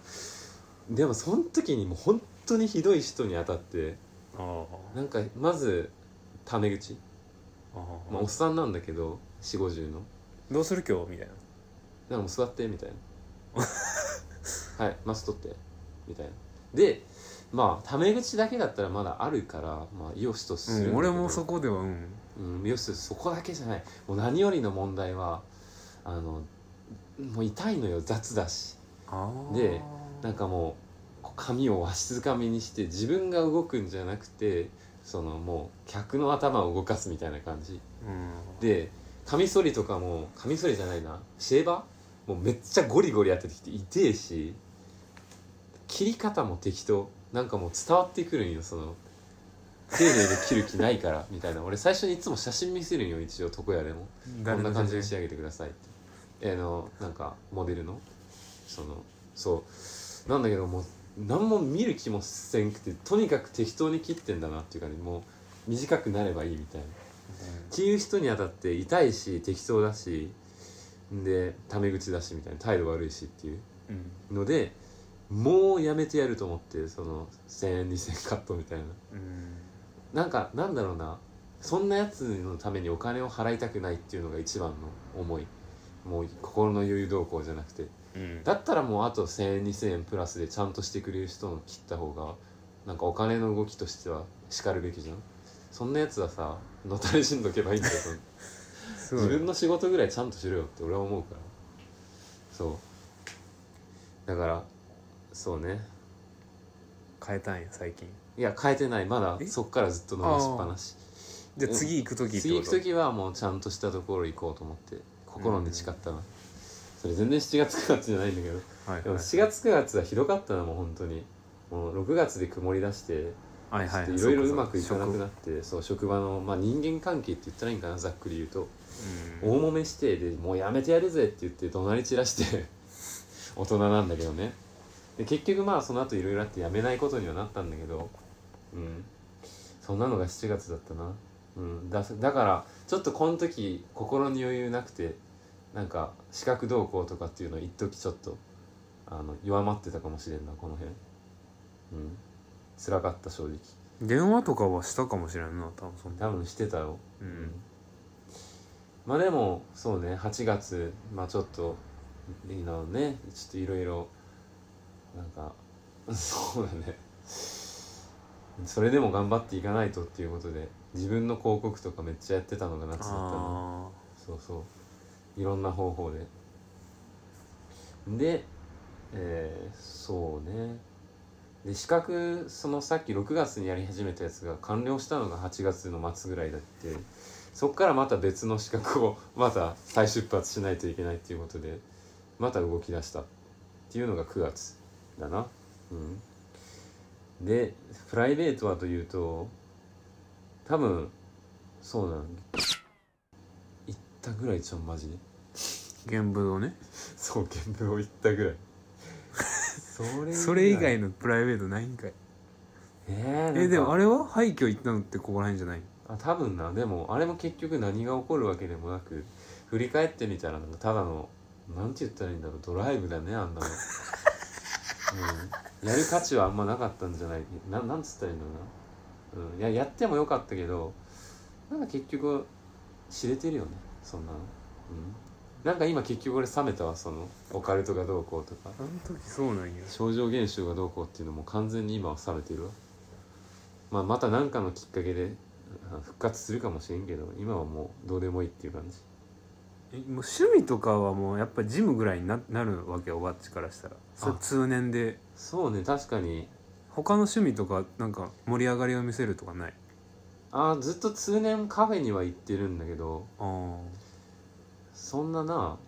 Speaker 2: でもその時にもう本当にひどい人に当たって
Speaker 1: あ
Speaker 2: なんかまずタメ口、
Speaker 1: あ
Speaker 2: まあ、おっさんなんだけど4 5 0の
Speaker 1: どうする今日みたいな
Speaker 2: 「なんかもう座って」みたい な「はいマス取って」みたいなでまあタメ口だけだったらまだあるからまあよしとするん
Speaker 1: う
Speaker 2: だけ
Speaker 1: ん、
Speaker 2: ど
Speaker 1: 俺もそこではうん
Speaker 2: うん、要するにそこだけじゃないもう何よりの問題はあのもう痛いのよ雑だし
Speaker 1: あー
Speaker 2: でなんかもうこう髪をわしづかみにして自分が動くんじゃなくてそのもう客の頭を動かすみたいな感じ
Speaker 1: うん
Speaker 2: でカミソリとかもカミソリじゃないなシェーバーもうめっちゃゴリゴリやってきて痛えし切り方も適当なんかもう伝わってくるんよその丁寧に切る気ないからみたいな俺最初にいつも写真見せるんよ一応床屋でもこんな感じに仕上げてくださいってあのなんかモデルのそのそうなんだけどもう何も見る気もせんくてとにかく適当に切ってんだなっていう感じもう短くなればいいみたいなっていう人に当たって痛いし適当だしでタメ口だしみたいな態度悪いしっていう
Speaker 1: うんうん
Speaker 2: のでもうやめてやると思ってその1,000円2,000円カットみたいな
Speaker 1: うん
Speaker 2: なんかなんだろうなそんなやつのためにお金を払いたくないっていうのが一番の思いもう心の余裕動向じゃなくて
Speaker 1: うん
Speaker 2: だったらもうあと1,000円2,000円プラスでちゃんとしてくれる人の切った方がなんかお金の動きとしてはしかるべきじゃんそんなやつはさのたれ死んどけばいいんだよそんな
Speaker 1: そう
Speaker 2: 自分の仕事ぐらいちゃんとしろよって俺は思うからそうだからそうね
Speaker 1: 変えたんや最近
Speaker 2: いや変えてないまだ
Speaker 1: え
Speaker 2: そっからずっと伸ばしっぱなし
Speaker 1: じゃあ次行く時って
Speaker 2: 次
Speaker 1: こ
Speaker 2: 行
Speaker 1: と
Speaker 2: く時はもうちゃんとしたところ行こうと思って心に誓ったなそれ全然7月9月じゃないんだけ ど
Speaker 1: はい
Speaker 2: でも
Speaker 1: はい
Speaker 2: 4月9月はひどかったなもう本当にもう6月で曇り出して
Speaker 1: はい
Speaker 2: ちょ
Speaker 1: は
Speaker 2: っ
Speaker 1: い
Speaker 2: といろいろうまくいかなくなってそう職場のまあ人間関係って言ったらいいんかなざっくり言うと
Speaker 1: うん
Speaker 2: 大揉めしてでもうやめてやるぜって言って怒鳴り散らして 大人なんだけどねで結局まあその後いろいろあってやめないことにはなったんだけどうんそんなのが7月だったな、うん、だだからちょっとこの時心に余裕なくてなんか視覚動向とかっていうのを一時ちょっとあの弱まってたかもしれんなこの辺うん辛かった正直
Speaker 1: 電話とかはしたかもしれんな多分そんな
Speaker 2: 多分してたよ
Speaker 1: うん
Speaker 2: まあでもそうね8月まあちょっといいのねちょっといろいろなんかそうだねそれでも頑張っていかないとっていうことで自分の広告とかめっちゃやってたのが夏だったの
Speaker 1: あ
Speaker 2: そうそういろんな方法ででえーそうねで資格そのさっき6月にやり始めたやつが完了したのが8月の末ぐらいだってそっからまた別の資格をまた再出発しないといけないっていうことでまた動き出したっていうのが9月だなうんでプライベートはというと多分そうなん行ったぐらいじゃんマジで
Speaker 1: あ原文をね
Speaker 2: そう見分を行っ たぐらいそれ
Speaker 1: それ以外のプライベートないんかい
Speaker 2: え
Speaker 1: えでもあ
Speaker 2: れ
Speaker 1: れは廃墟行ったのってここらへんじゃない
Speaker 2: あ多分なでもあれも結局何が起こるわけでもなく振り返ってみたらなんかただのなんて言ったらいいんだろうドライブだねあ んなの、うん、やる価値はあんまなかったんじゃないななんつったらいいんだろうな、うん、いややってもよかったけどなんか結局知れてるよねそんなの、うん、なんか今結局俺冷めたわそのオカルトがどうこうとか
Speaker 1: あの時そうなんや
Speaker 2: 症状現象がどうこうっていうのも完全に今はされてるわ、まあ、また何かのきっかけであ復活するかもしれんけど今はもうどうでもいいっていう感じ
Speaker 1: えもう趣味とかはもうやっぱジムぐらいにななるわけおばっちからしたらそれ
Speaker 2: あ
Speaker 1: 通年で
Speaker 2: そうね確かに
Speaker 1: 他の趣味とかなんか盛り上がりを見せるとかない
Speaker 2: あーずっと通年カフェには行ってるんだけど
Speaker 1: あー
Speaker 2: そんなな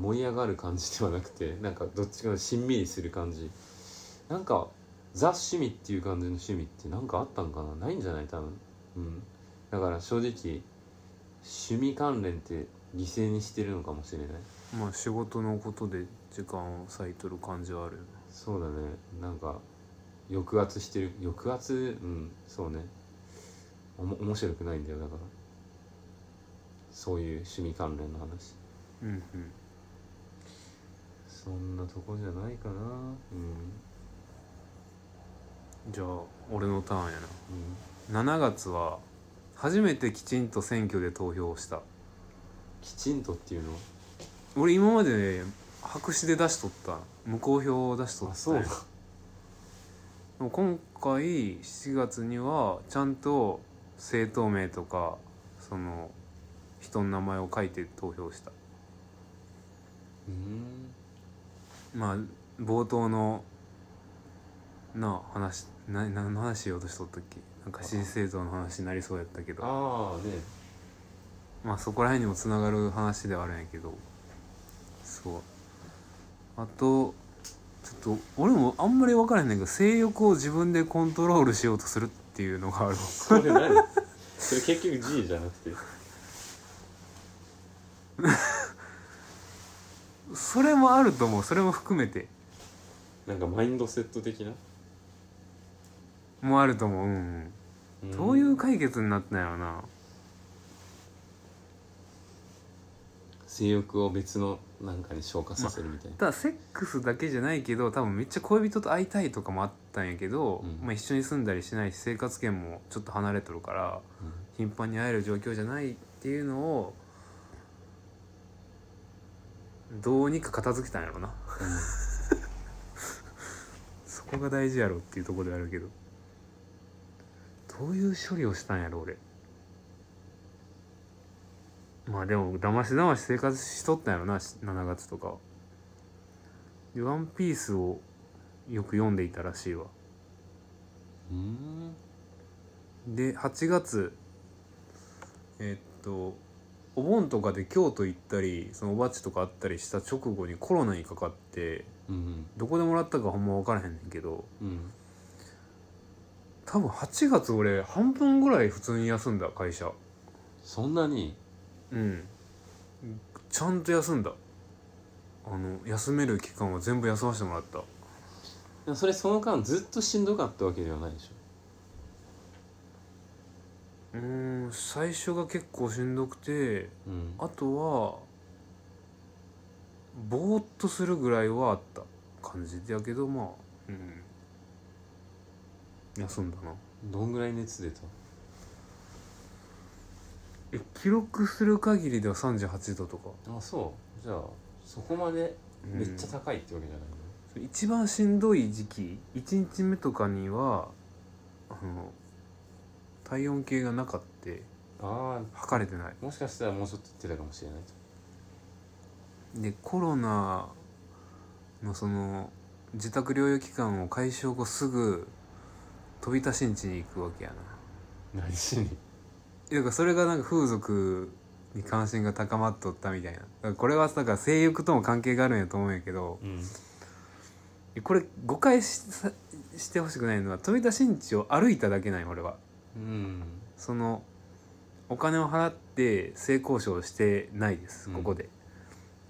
Speaker 2: 盛り上がる感じではなくてなんかどっちかのしんみりする感じなんかザ趣味っていう感じの趣味ってなんかあったんかなないんじゃない多分うんだから正直趣味関連って犠牲にしてるのかもしれない
Speaker 1: まあ仕事のことで時間を割いとる感じはあるよね
Speaker 2: そうだねなんか抑圧してる抑圧うんそうねおも面白くないんだよだからそういう趣味関連の話
Speaker 1: うん
Speaker 2: そんなとこじゃないかなうん
Speaker 1: うんじゃあ俺のターンや
Speaker 2: うん
Speaker 1: な7月は初めてきちんと選挙で投票をした
Speaker 2: きちんとっていうの
Speaker 1: 俺今まで白紙で出しとった無効票を出しとったんや
Speaker 2: だ
Speaker 1: でも今回7月にはちゃんと政党名とかその人の名前を書いて投票した
Speaker 2: うん
Speaker 1: まあ冒頭のなあ話な何の話しようとしとったっけなんか新政党の話になりそうやったけど
Speaker 2: ああね
Speaker 1: まあそこら辺にもつながる話ではあるんやけどそうあとちょっと俺もあんまり分からへんねんけど性欲を自分でコントロールしようとするっていうのがある
Speaker 2: そ れ何それ結局 G じゃなくて
Speaker 1: それもあると思うそれも含めて
Speaker 2: なんかマインドセット的な
Speaker 1: もあると思う、うんうん、どういう解決になったんやろな
Speaker 2: 性欲を別のなんかに消化させるみたいな、
Speaker 1: ただセックスだけじゃないけど多分めっちゃ恋人と会いたいとかもあったんやけど、
Speaker 2: うん
Speaker 1: まあ、一緒に住んだりしないし生活圏もちょっと離れとるから
Speaker 2: うん
Speaker 1: 頻繁に会える状況じゃないっていうのをどうにか片付けたんやろな そこが大事やろっていうところではあるけどどういう処理をしたんやろ俺まあでもだましだまし生活しとったんやろなし7月とかはでワンピースをよく読んでいたらしいわ
Speaker 2: うん
Speaker 1: で8月えっとお盆とかで京都行ったりそのおばっちとかあったりした直後にコロナにかかって
Speaker 2: うん
Speaker 1: どこでもらったかほんま分からへんねんけど
Speaker 2: うん
Speaker 1: 多分8月俺半分ぐらい普通に休んだ会社
Speaker 2: そんなに
Speaker 1: うんちゃんと休んだあの休める期間は全部休ませてもらった
Speaker 2: でもそれその間ずっとしんどかったわけではないでし
Speaker 1: うーん最初が結構しんどくて
Speaker 2: ょ、うん、
Speaker 1: あとはぼーっとするぐらいはあった感じだけどまあうん休んだな
Speaker 2: どんぐらい熱出た
Speaker 1: え記録する限りでは38度とか、
Speaker 2: あそうじゃあそこまで
Speaker 1: うん
Speaker 2: めっちゃ高いってわけじゃないの、
Speaker 1: 一番しんどい時期1日目とかにはあの体温計がなかって
Speaker 2: あ
Speaker 1: 測れてない
Speaker 2: あもしかしたらもうちょっと言ってたかもしれない
Speaker 1: でコロナのその自宅療養期間を解消後すぐ飛び出しんちに行くわけやな
Speaker 2: 何しに
Speaker 1: いやだからそれがなんか風俗に関心が高まっとったみたいなだからこれはだから性欲とも関係があるんやと思うんやけど
Speaker 2: うん
Speaker 1: これ誤解しさしてほしくないのは飛び出しんちを歩いただけなんよ俺は
Speaker 2: うん
Speaker 1: そのお金を払って性交渉してないです
Speaker 2: うん
Speaker 1: ここで、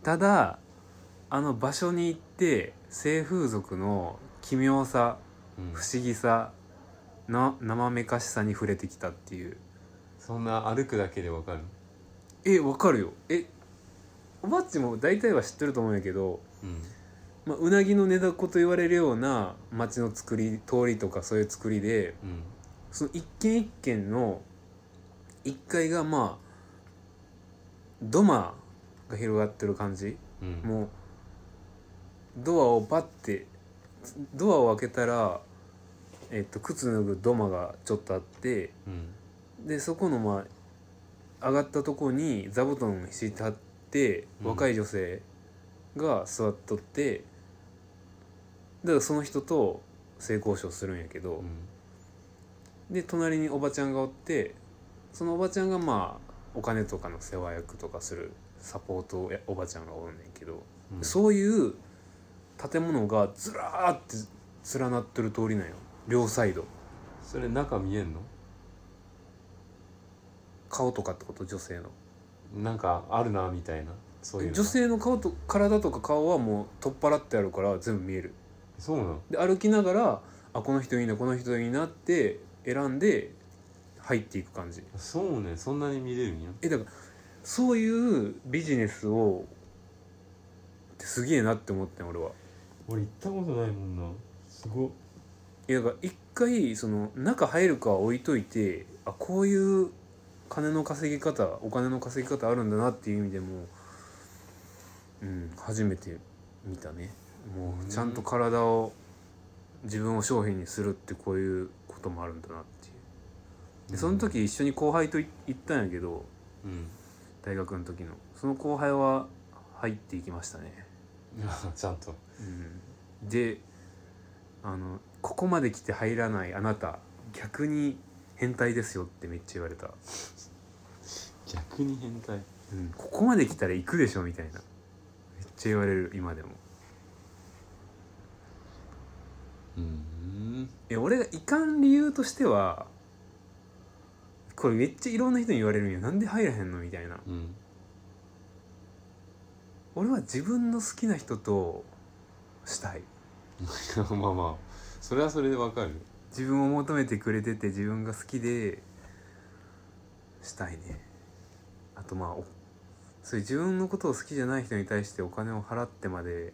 Speaker 1: ただあの場所に行って性風俗の奇妙さ
Speaker 2: うん
Speaker 1: 不思議さな生めかしさに触れてきたっていう
Speaker 2: そんな歩くだけでわかる
Speaker 1: えわかるよえおばっちも大体は知ってると思うんやけど、
Speaker 2: うん
Speaker 1: まあ、うなぎの寝床と言われるような町の作り通りとかそういう作りで
Speaker 2: うん
Speaker 1: その一軒一軒の1階がまあ土間が広がってる感じ
Speaker 2: うん
Speaker 1: もうドアをパッてドアを開けたら、えっと、靴脱ぐ土間がちょっとあって
Speaker 2: うん
Speaker 1: でそこのまあ上がったとこに座布団を敷いてあって
Speaker 2: うん
Speaker 1: 若い女性が座っとって、だからその人と性交渉するんやけど。
Speaker 2: うん
Speaker 1: で隣におばちゃんがおってそのおばちゃんがまあお金とかの世話役とかするサポートをやおばちゃんがおるんねんけど、
Speaker 2: うん
Speaker 1: そういう建物がずらーって連なってる通りなんよ両サイド
Speaker 2: それ中見えんの
Speaker 1: 顔とかってこと女性の
Speaker 2: なんかあるなみたいなそういうの
Speaker 1: 女性の顔と体とか顔はもう取っ払ってあるから全部見える
Speaker 2: そうなの
Speaker 1: で歩きながらあこの人いいなこの人いいなって選んで入っていく感じ
Speaker 2: そうねそんなに見れるんや
Speaker 1: えだからそういうビジネスをってすげえなって思ってん俺は
Speaker 2: 俺行ったことないもんなすごっ
Speaker 1: いやだから一回その中入るかは置いといてあこういう金の稼ぎ方お金の稼ぎ方あるんだなっていう意味でもうん初めて見たねもうちゃんと体を自分を商品にするってこういうこともあるんだなっていうでその時一緒に後輩とい行ったんやけど
Speaker 2: うん
Speaker 1: 大学の時のその後輩は入っていきましたね、
Speaker 2: ちゃんと
Speaker 1: うん、であの「ここまで来て入らないあなた逆に変態ですよ」ってめっちゃ言われた、
Speaker 2: 逆に変態
Speaker 1: うん、ここまで来たら行くでしょみたいなめっちゃ言われる今でも
Speaker 2: うん
Speaker 1: え俺がいかん理由としてはこれめっちゃいろんな人に言われるんよなんで入らへんのみたいな
Speaker 2: うん
Speaker 1: 俺は自分の好きな人としたい
Speaker 2: まあまあそれはそれでわかる
Speaker 1: 自分を求めてくれてて自分が好きでしたいねあとまあおそういう自分のことを好きじゃない人に対してお金を払ってまで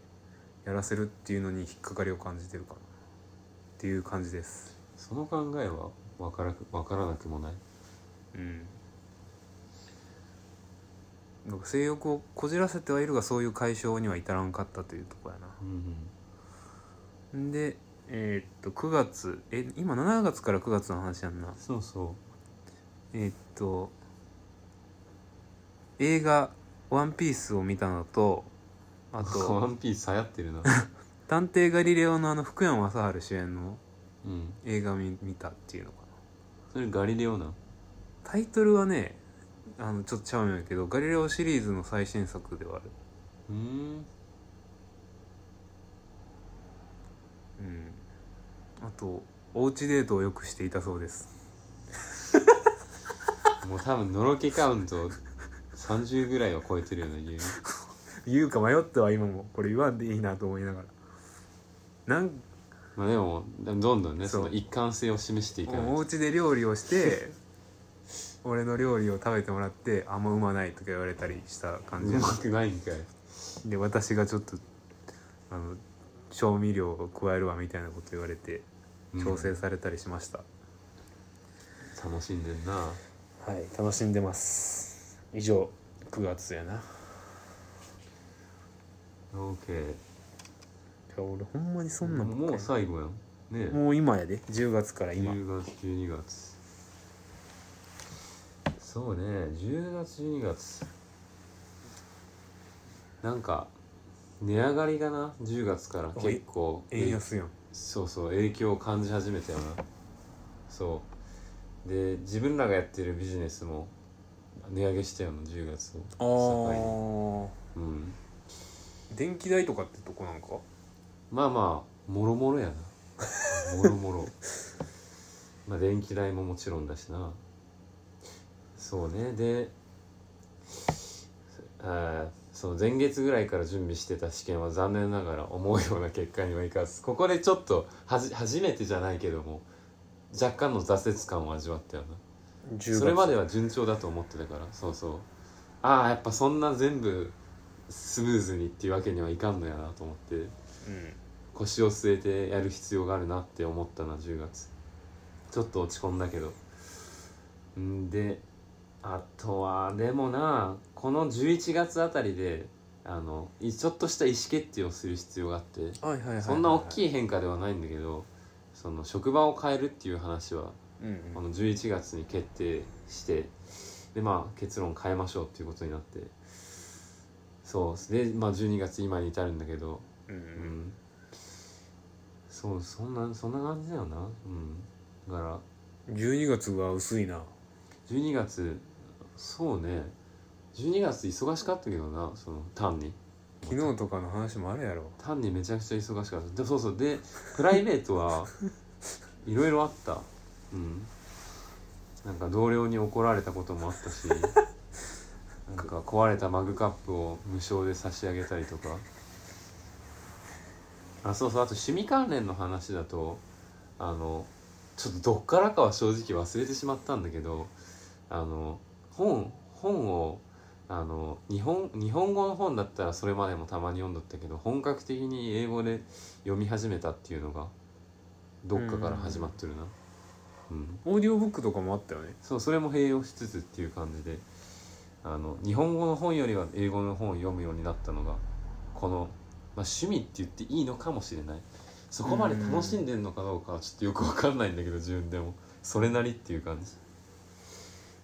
Speaker 1: やらせるっていうのに引っかかりを感じてるかなっていう感じです
Speaker 2: その考えはわからくわからなくもない
Speaker 1: うんなんか性欲をこじらせてはいるがそういう解消には至らんかったというとこやな
Speaker 2: うん
Speaker 1: んでえーっと9月え今7月から9月の話やんな
Speaker 2: そうそ
Speaker 1: えーっと映画「ワンピースを見たのとあ
Speaker 2: うワ
Speaker 1: と
Speaker 2: ンピース流行ってるな
Speaker 1: 「探偵ガリレオ」のあの福山雅治主演の
Speaker 2: うん
Speaker 1: 映画を見見たっていうのかな
Speaker 2: それガリレオな
Speaker 1: タイトルはねあのちょっとちゃうんやけど「ガリレオ」シリーズの最新作ではある
Speaker 2: うん
Speaker 1: うんあとおうちデートをよくしていたそうです
Speaker 2: もう多分のろけカウント30ぐらいは超えてるようなゲーム
Speaker 1: 言うか迷ったわ今もこれ言わんでいいなと思いながらなん
Speaker 2: まあでもどんどんね
Speaker 1: そ
Speaker 2: そうの一貫性を示していかない
Speaker 1: もうお
Speaker 2: と
Speaker 1: 家で料理をして 俺の料理を食べてもらってあんまうまないとか言われたりした感じ
Speaker 2: うまくないんかい
Speaker 1: で私がちょっとあの調味料を加えるわみたいなこと言われて
Speaker 2: うん
Speaker 1: 調整されたりしました、
Speaker 2: 楽しんでんな
Speaker 1: はい楽しんでます以上9月やな
Speaker 2: OK
Speaker 1: 俺ほんまにそんなんばっかり
Speaker 2: もう最後やんね
Speaker 1: もう今やで10月から今
Speaker 2: 10月12月そうね10月12月なんか値上がりだな10月から
Speaker 1: おい
Speaker 2: 結構
Speaker 1: 円安やん
Speaker 2: そうそう影響を感じ始めたよなそうで自分らがやってるビジネスも値上げしたよな10月
Speaker 1: あ
Speaker 2: を
Speaker 1: ー
Speaker 2: 境にうん
Speaker 1: 電気代とかってとこなんか
Speaker 2: まあまあもろもろやなもろもろまあ電気代ももちろんだしなそうねであーその前月ぐらいから準備してた試験は残念ながら思うような結果にはいかずここでちょっとはじ初めてじゃないけども若干の挫折感を味わったよなそれまで
Speaker 1: は
Speaker 2: は順調だと思ってたからそうそうああやっぱそんな全部スムーズにっていうわけにはいかんのやなと思って
Speaker 1: うん
Speaker 2: 腰を据えてやる必要があるなって思ったな10月ちょっと落ち込んだけどんであとはでもなこの11月あたりであのいちょっとした意思決定をする必要があって
Speaker 1: はいはいはいはい
Speaker 2: そんな大き
Speaker 1: い
Speaker 2: い変化ではないんだけどその職場を変えるっていう話は
Speaker 1: うん
Speaker 2: この11月に決定してでまあ結論変えましょうっていうことになってそうでまあ12月今に至るんだけど
Speaker 1: うんう
Speaker 2: うんんそうそんなそんな感じだよなうんだから
Speaker 1: うん12月は薄いな
Speaker 2: 12月そうね12月忙しかったけどなその単に
Speaker 1: 昨日とかの話もあるやろ
Speaker 2: 単にめちゃくちゃ忙しかったでそうそうでプライベートはいろいろあったうんなんか同僚に怒られたこともあったしなんか壊れたマグカップを無償で差し上げたりとかあそうそうあと趣味関連の話だとあのちょっとどっからかは正直忘れてしまったんだけどあの本本をあの日本日本語の本だったらそれまでもたまに読んどったけど本格的に英語で読み始めたっていうのがどっかから始まってるなうん
Speaker 1: オーディオブックとかもあったよね
Speaker 2: そうそれも併用しつつっていう感じであの日本語の本よりは英語の本を読むようになったのがこの、まあ、趣味って言っていいのかもしれないそこまで楽しんでるのかどうかはちょっとよくわかんないんだけど自分でもそれなりっていう感じ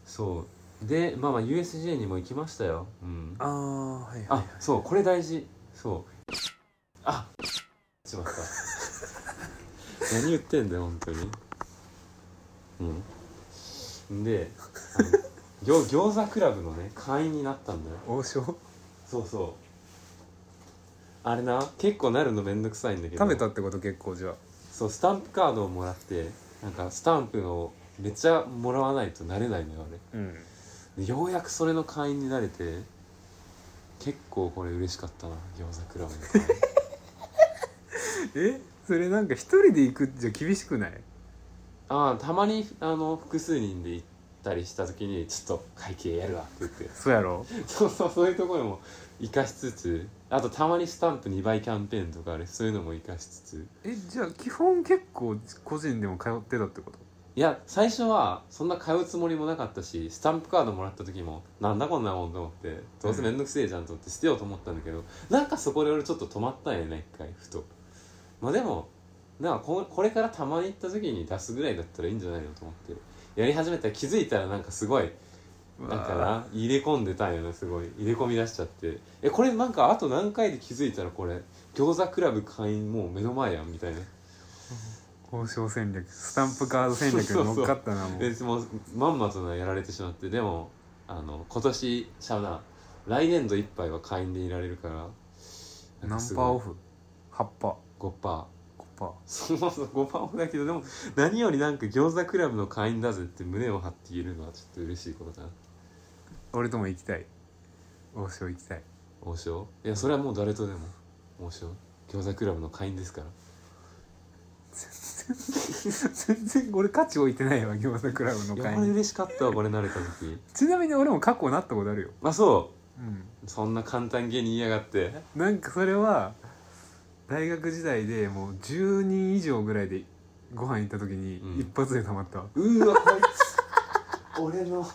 Speaker 2: そうでまあまあ USJ にも行きましたようん
Speaker 1: ああはいはい
Speaker 2: あそうこれ大事そうあしまった 何言ってんだよ本当にうんであの餃餃子クラブのね会員になったんだよ
Speaker 1: 王将
Speaker 2: そうそうあれな結構なるのめんどくさいんだけど
Speaker 1: 食べたってこと結構じゃあ
Speaker 2: そうスタンプカードをもらってなんかスタンプをめっちゃもらわないとなれないのよあれ
Speaker 1: うん
Speaker 2: でようやくそれの会員になれて結構これ嬉しかったな餃子クラブの会員
Speaker 1: えそれなんか一人で行くじゃ厳しくない
Speaker 2: ああたまにあの複数人で行ったりした時にちょっと会計やるわって言って
Speaker 1: そうやろ
Speaker 2: そうそうそういうところも活かしつつあとたまにスタンプ2倍キャンペーンとかあれそういうのも活かしつつ
Speaker 1: えじゃあ基本結構個人でも通ってたってこと
Speaker 2: いや最初はそんな買うつもりもなかったしスタンプカードもらった時もなんだこんなもんと思ってどうせ面倒くせえじゃんと思って捨てようと思ったんだけどなんかそこで俺ちょっと止まったんやね一回ふとまあでもなんかここれからたまに行った時に出すぐらいだったらいいんじゃないのと思ってやり始めたら気づいたらなんかすごい
Speaker 1: だ
Speaker 2: なんかな入れ込んでたんよねすごい入れ込み出しちゃってえこれなんかあと何回で気づいたらこれ餃子クラブ会員もう目の前やんみたいな
Speaker 1: 交渉戦略スタンプカード戦略に乗っかったなもう
Speaker 2: でもうまんまとなやられてしまってでもあの今年しゃあな来年度いっぱいは会員でいられるから
Speaker 1: 何パーオフ8パー
Speaker 2: 5パー
Speaker 1: 5パー
Speaker 2: そもそも5パーオフだけどでも何よりなんか餃子クラブの会員だぜって胸を張って言えるのはちょっと嬉しいことだな
Speaker 1: 俺とも行きたい王将行き たい
Speaker 2: 王将いやそれはもう誰とでも王将餃子クラブの会員ですから
Speaker 1: 全然俺価値置いてないわ餃子クラブの
Speaker 2: いや
Speaker 1: 会
Speaker 2: これ
Speaker 1: 員
Speaker 2: 嬉しかったわこれ慣れた時
Speaker 1: ちなみに俺も過去なったことあるよ、
Speaker 2: まあそ
Speaker 1: うん、
Speaker 2: うそんな簡単げに言いやがって
Speaker 1: なんかそれは大学時代でもう10人以上ぐらいでご飯行った時に
Speaker 2: うん
Speaker 1: 一発でたまったわ、
Speaker 2: うーわこいつ俺の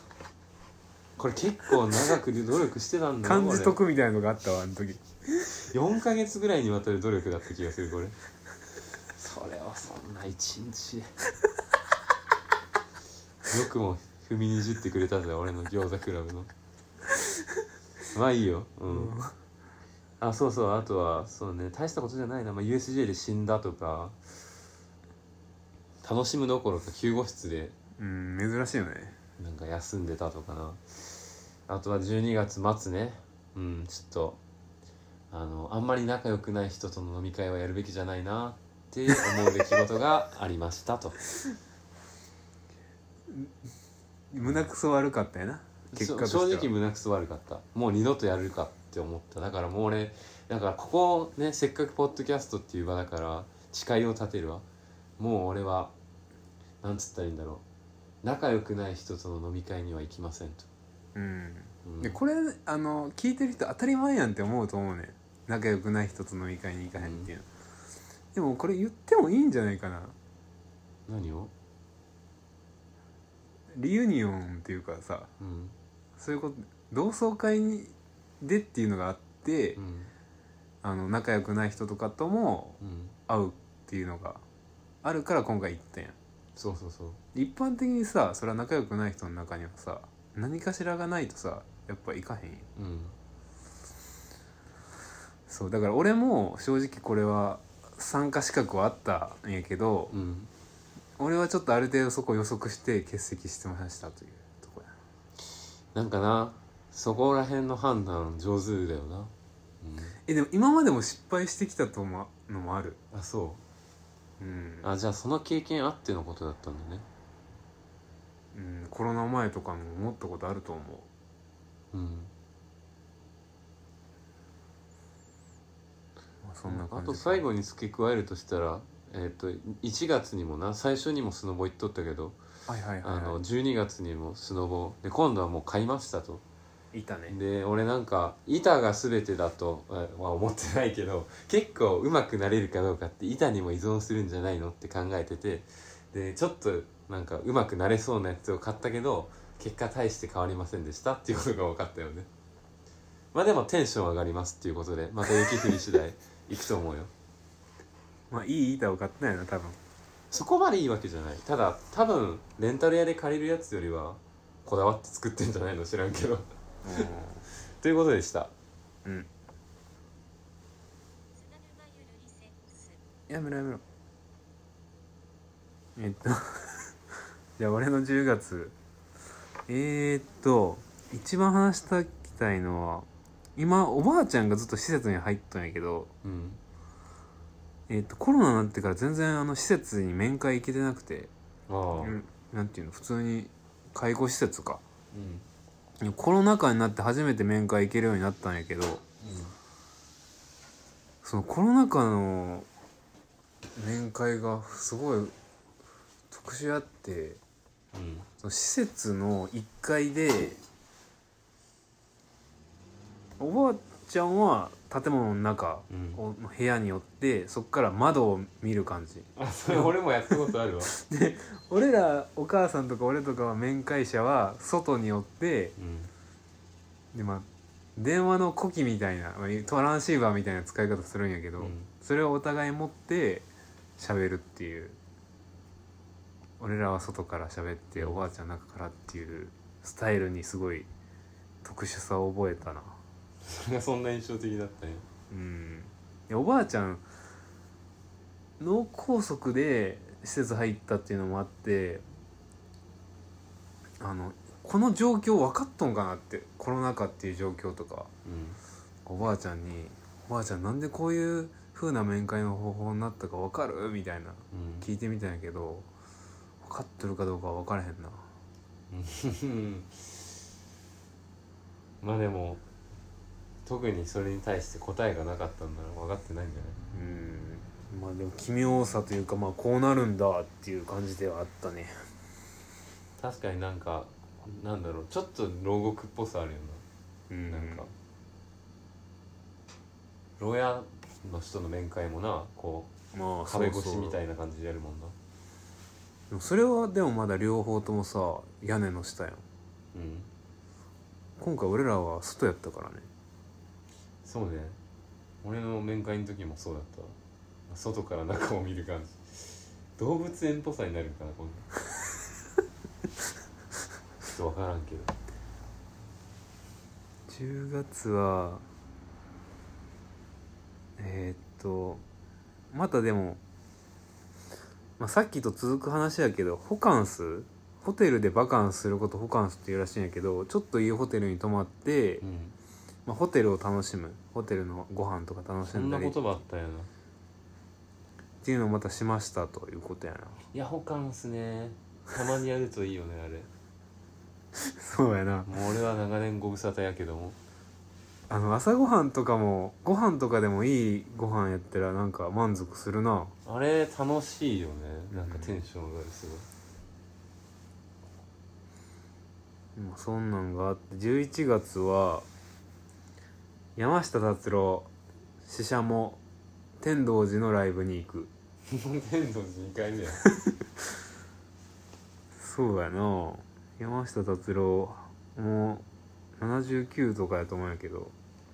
Speaker 2: これ結構長く努力してたんだな
Speaker 1: 感じとくみたいなのがあったわあの時
Speaker 2: 4ヶ月ぐらいにわたる努力だった気がするこれそれをそんな一日でよくも踏みにじってくれたぜ俺の餃子クラブのまあいいようん、あそうそうあとはそうね大したことじゃないな、まあ、USJ で死んだとか楽しむどころか救護室で
Speaker 1: うん珍しいよね
Speaker 2: なんか休んでたとかなあとは12月末ねうんちょっとあのあんまり仲良くない人との飲み会はやるべきじゃないなって思う出来事がありましたと
Speaker 1: 胸くそ悪かったよな 結果として
Speaker 2: そ
Speaker 1: は
Speaker 2: う正直胸くそ悪かったもう二度とやるかって思っただからもう俺だからここねせっかくポッドキャストっていう場だから誓いを立てるわもう俺はなんつったらいいんだろう仲良くない人との飲み会には行きませんと、
Speaker 1: うん
Speaker 2: うん
Speaker 1: でこれあの聞いてる人当たり前やんって思うと思うね仲良くない人と飲み会に行かへんっていう、でもこれ言ってもいいんじゃないかな
Speaker 2: 何を
Speaker 1: リユニオンっていうかさ
Speaker 2: うん
Speaker 1: そういうこと同窓会にでっていうのがあって、
Speaker 2: うん
Speaker 1: あの仲良くない人とかとも
Speaker 2: うん
Speaker 1: 会うっていうのがあるから今回行ったやん
Speaker 2: そうそうそう
Speaker 1: 一般的にさそれは仲良くない人の中にはさ何かしらがないとさやっぱ行かへんよ
Speaker 2: うん
Speaker 1: そうだから俺も正直これは参加資格はあったんやけど、
Speaker 2: うん
Speaker 1: 俺はちょっとある程度そこ予測して欠席してましたというとこや
Speaker 2: なんかなそこら辺の判断上手だよな、
Speaker 1: えでも今までも失敗してきたと思うのもある
Speaker 2: うん、あそ
Speaker 1: うん
Speaker 2: うあじゃあその経験あってのことだったんだね
Speaker 1: うん、コロナ前とかも思ったことあると思う
Speaker 2: うん
Speaker 1: まあそんな感
Speaker 2: あ
Speaker 1: じ
Speaker 2: と最後に付け加えるとしたらえっ、と1月にもな最初にもスノボ行っとったけど、
Speaker 1: はいはいはい、
Speaker 2: あの
Speaker 1: は
Speaker 2: 12月にもスノボで今度はもう買いましたと
Speaker 1: い、いたね
Speaker 2: で俺なんか板が全てだとえーは思ってないけど結構上手くなれるかどうかって板にも依存するんじゃないのって考えててでちょっとなんか上手くなれそうなやつを買ったけど結果大して変わりませんでしたっていうことが分かったよねまあでもテンション上がりますっていうことでまた雪降り次第 行くと思うよ
Speaker 1: まあいい板を買ってないな多分
Speaker 2: そこまでいいわけじゃないただ多分レンタル屋で借りるやつよりはこだわって作ってんじゃないの知らんけどということでした
Speaker 1: うんやめろやめろえっと じゃあ俺の10月えー、っと一番話したきたいのは今おばあちゃんがずっと施設に入っとんやけど、
Speaker 2: うん
Speaker 1: えー、っとコロナになってから全然あの施設に面会行けてなくて、
Speaker 2: ああ
Speaker 1: うんなんていうの普通に介護施設か
Speaker 2: うん
Speaker 1: コロナ禍になって初めて面会行けるようになったんやけどそのコロナ禍の面会がすごい特殊あって
Speaker 2: うん
Speaker 1: その施設の1階でおばあちゃんは建物の中
Speaker 2: うん
Speaker 1: をの部屋に寄ってそっから窓を見る感じ
Speaker 2: あそれ 俺もやったことあるわ
Speaker 1: 俺らお母さんとか俺とかは面会者は外に寄って
Speaker 2: うん
Speaker 1: でまあ電話の子機みたいなまあトランシーバーみたいな使い方するんやけど、
Speaker 2: うん
Speaker 1: それをお互い持って喋るっていう俺らは外から喋っておばあちゃん中からっていうスタイルにすごい特殊さを覚えたな
Speaker 2: それがそんな印象的だったよ
Speaker 1: うんいやおばあちゃん脳梗塞で施設入ったっていうのもあってあのこの状況分かっとんかなってコロナ禍っていう状況とか
Speaker 2: うん
Speaker 1: おばあちゃんに「おばあちゃんなんでこういう風な面会の方法になったか分かる?」みたいな聞いてみたんやけど分かっとるかどうかは分からへんな
Speaker 2: うんまあでも特にそれに対して答えがなかったんなら分かってないんじゃない
Speaker 1: うんまあでも奇妙さというかまあこうなるんだっていう感じではあったね
Speaker 2: 確かになんかなんだろうちょっと牢獄っぽさあるよ
Speaker 1: うん
Speaker 2: ななんか牢屋の人の面会もなこ
Speaker 1: ま
Speaker 2: う
Speaker 1: あ
Speaker 2: 壁越しみた
Speaker 1: い
Speaker 2: いな感じでやるもんな
Speaker 1: でもそれはでもまだ両方ともさ屋根の下やん
Speaker 2: うん
Speaker 1: 今回俺らは外やったからね
Speaker 2: そうね俺の面会の時もそうだったわ外から中を見る感じ動物園っぽさになるから今度っと分からんけど
Speaker 1: 10月はえーっとまたでも、まあ、さっきと続く話やけどホカンスホテルでバカンスすることホカンスっていうらしいんやけどちょっといいホテルに泊まって、
Speaker 2: うん
Speaker 1: まあ、ホテルを楽しむホテルのご飯とか楽し
Speaker 2: そん
Speaker 1: んだ
Speaker 2: な
Speaker 1: り
Speaker 2: 言
Speaker 1: っ
Speaker 2: 葉あったよな
Speaker 1: ていうのをまたしましたということやな
Speaker 2: いやホカンスねたまにやるといいよねあれ
Speaker 1: そうやな
Speaker 2: もう俺は長年ご無沙汰やけども
Speaker 1: あの朝ごはんとかもご飯とかでもいいご飯やったらなんか満足するな
Speaker 2: あれ楽しいよねなんかテンション上がるすごい
Speaker 1: もうそんなんがあって11月は山下達郎死者も天童寺のライブに行く
Speaker 2: 天童寺2回目や
Speaker 1: そうやな山下達郎もう79とかやと思うんやけど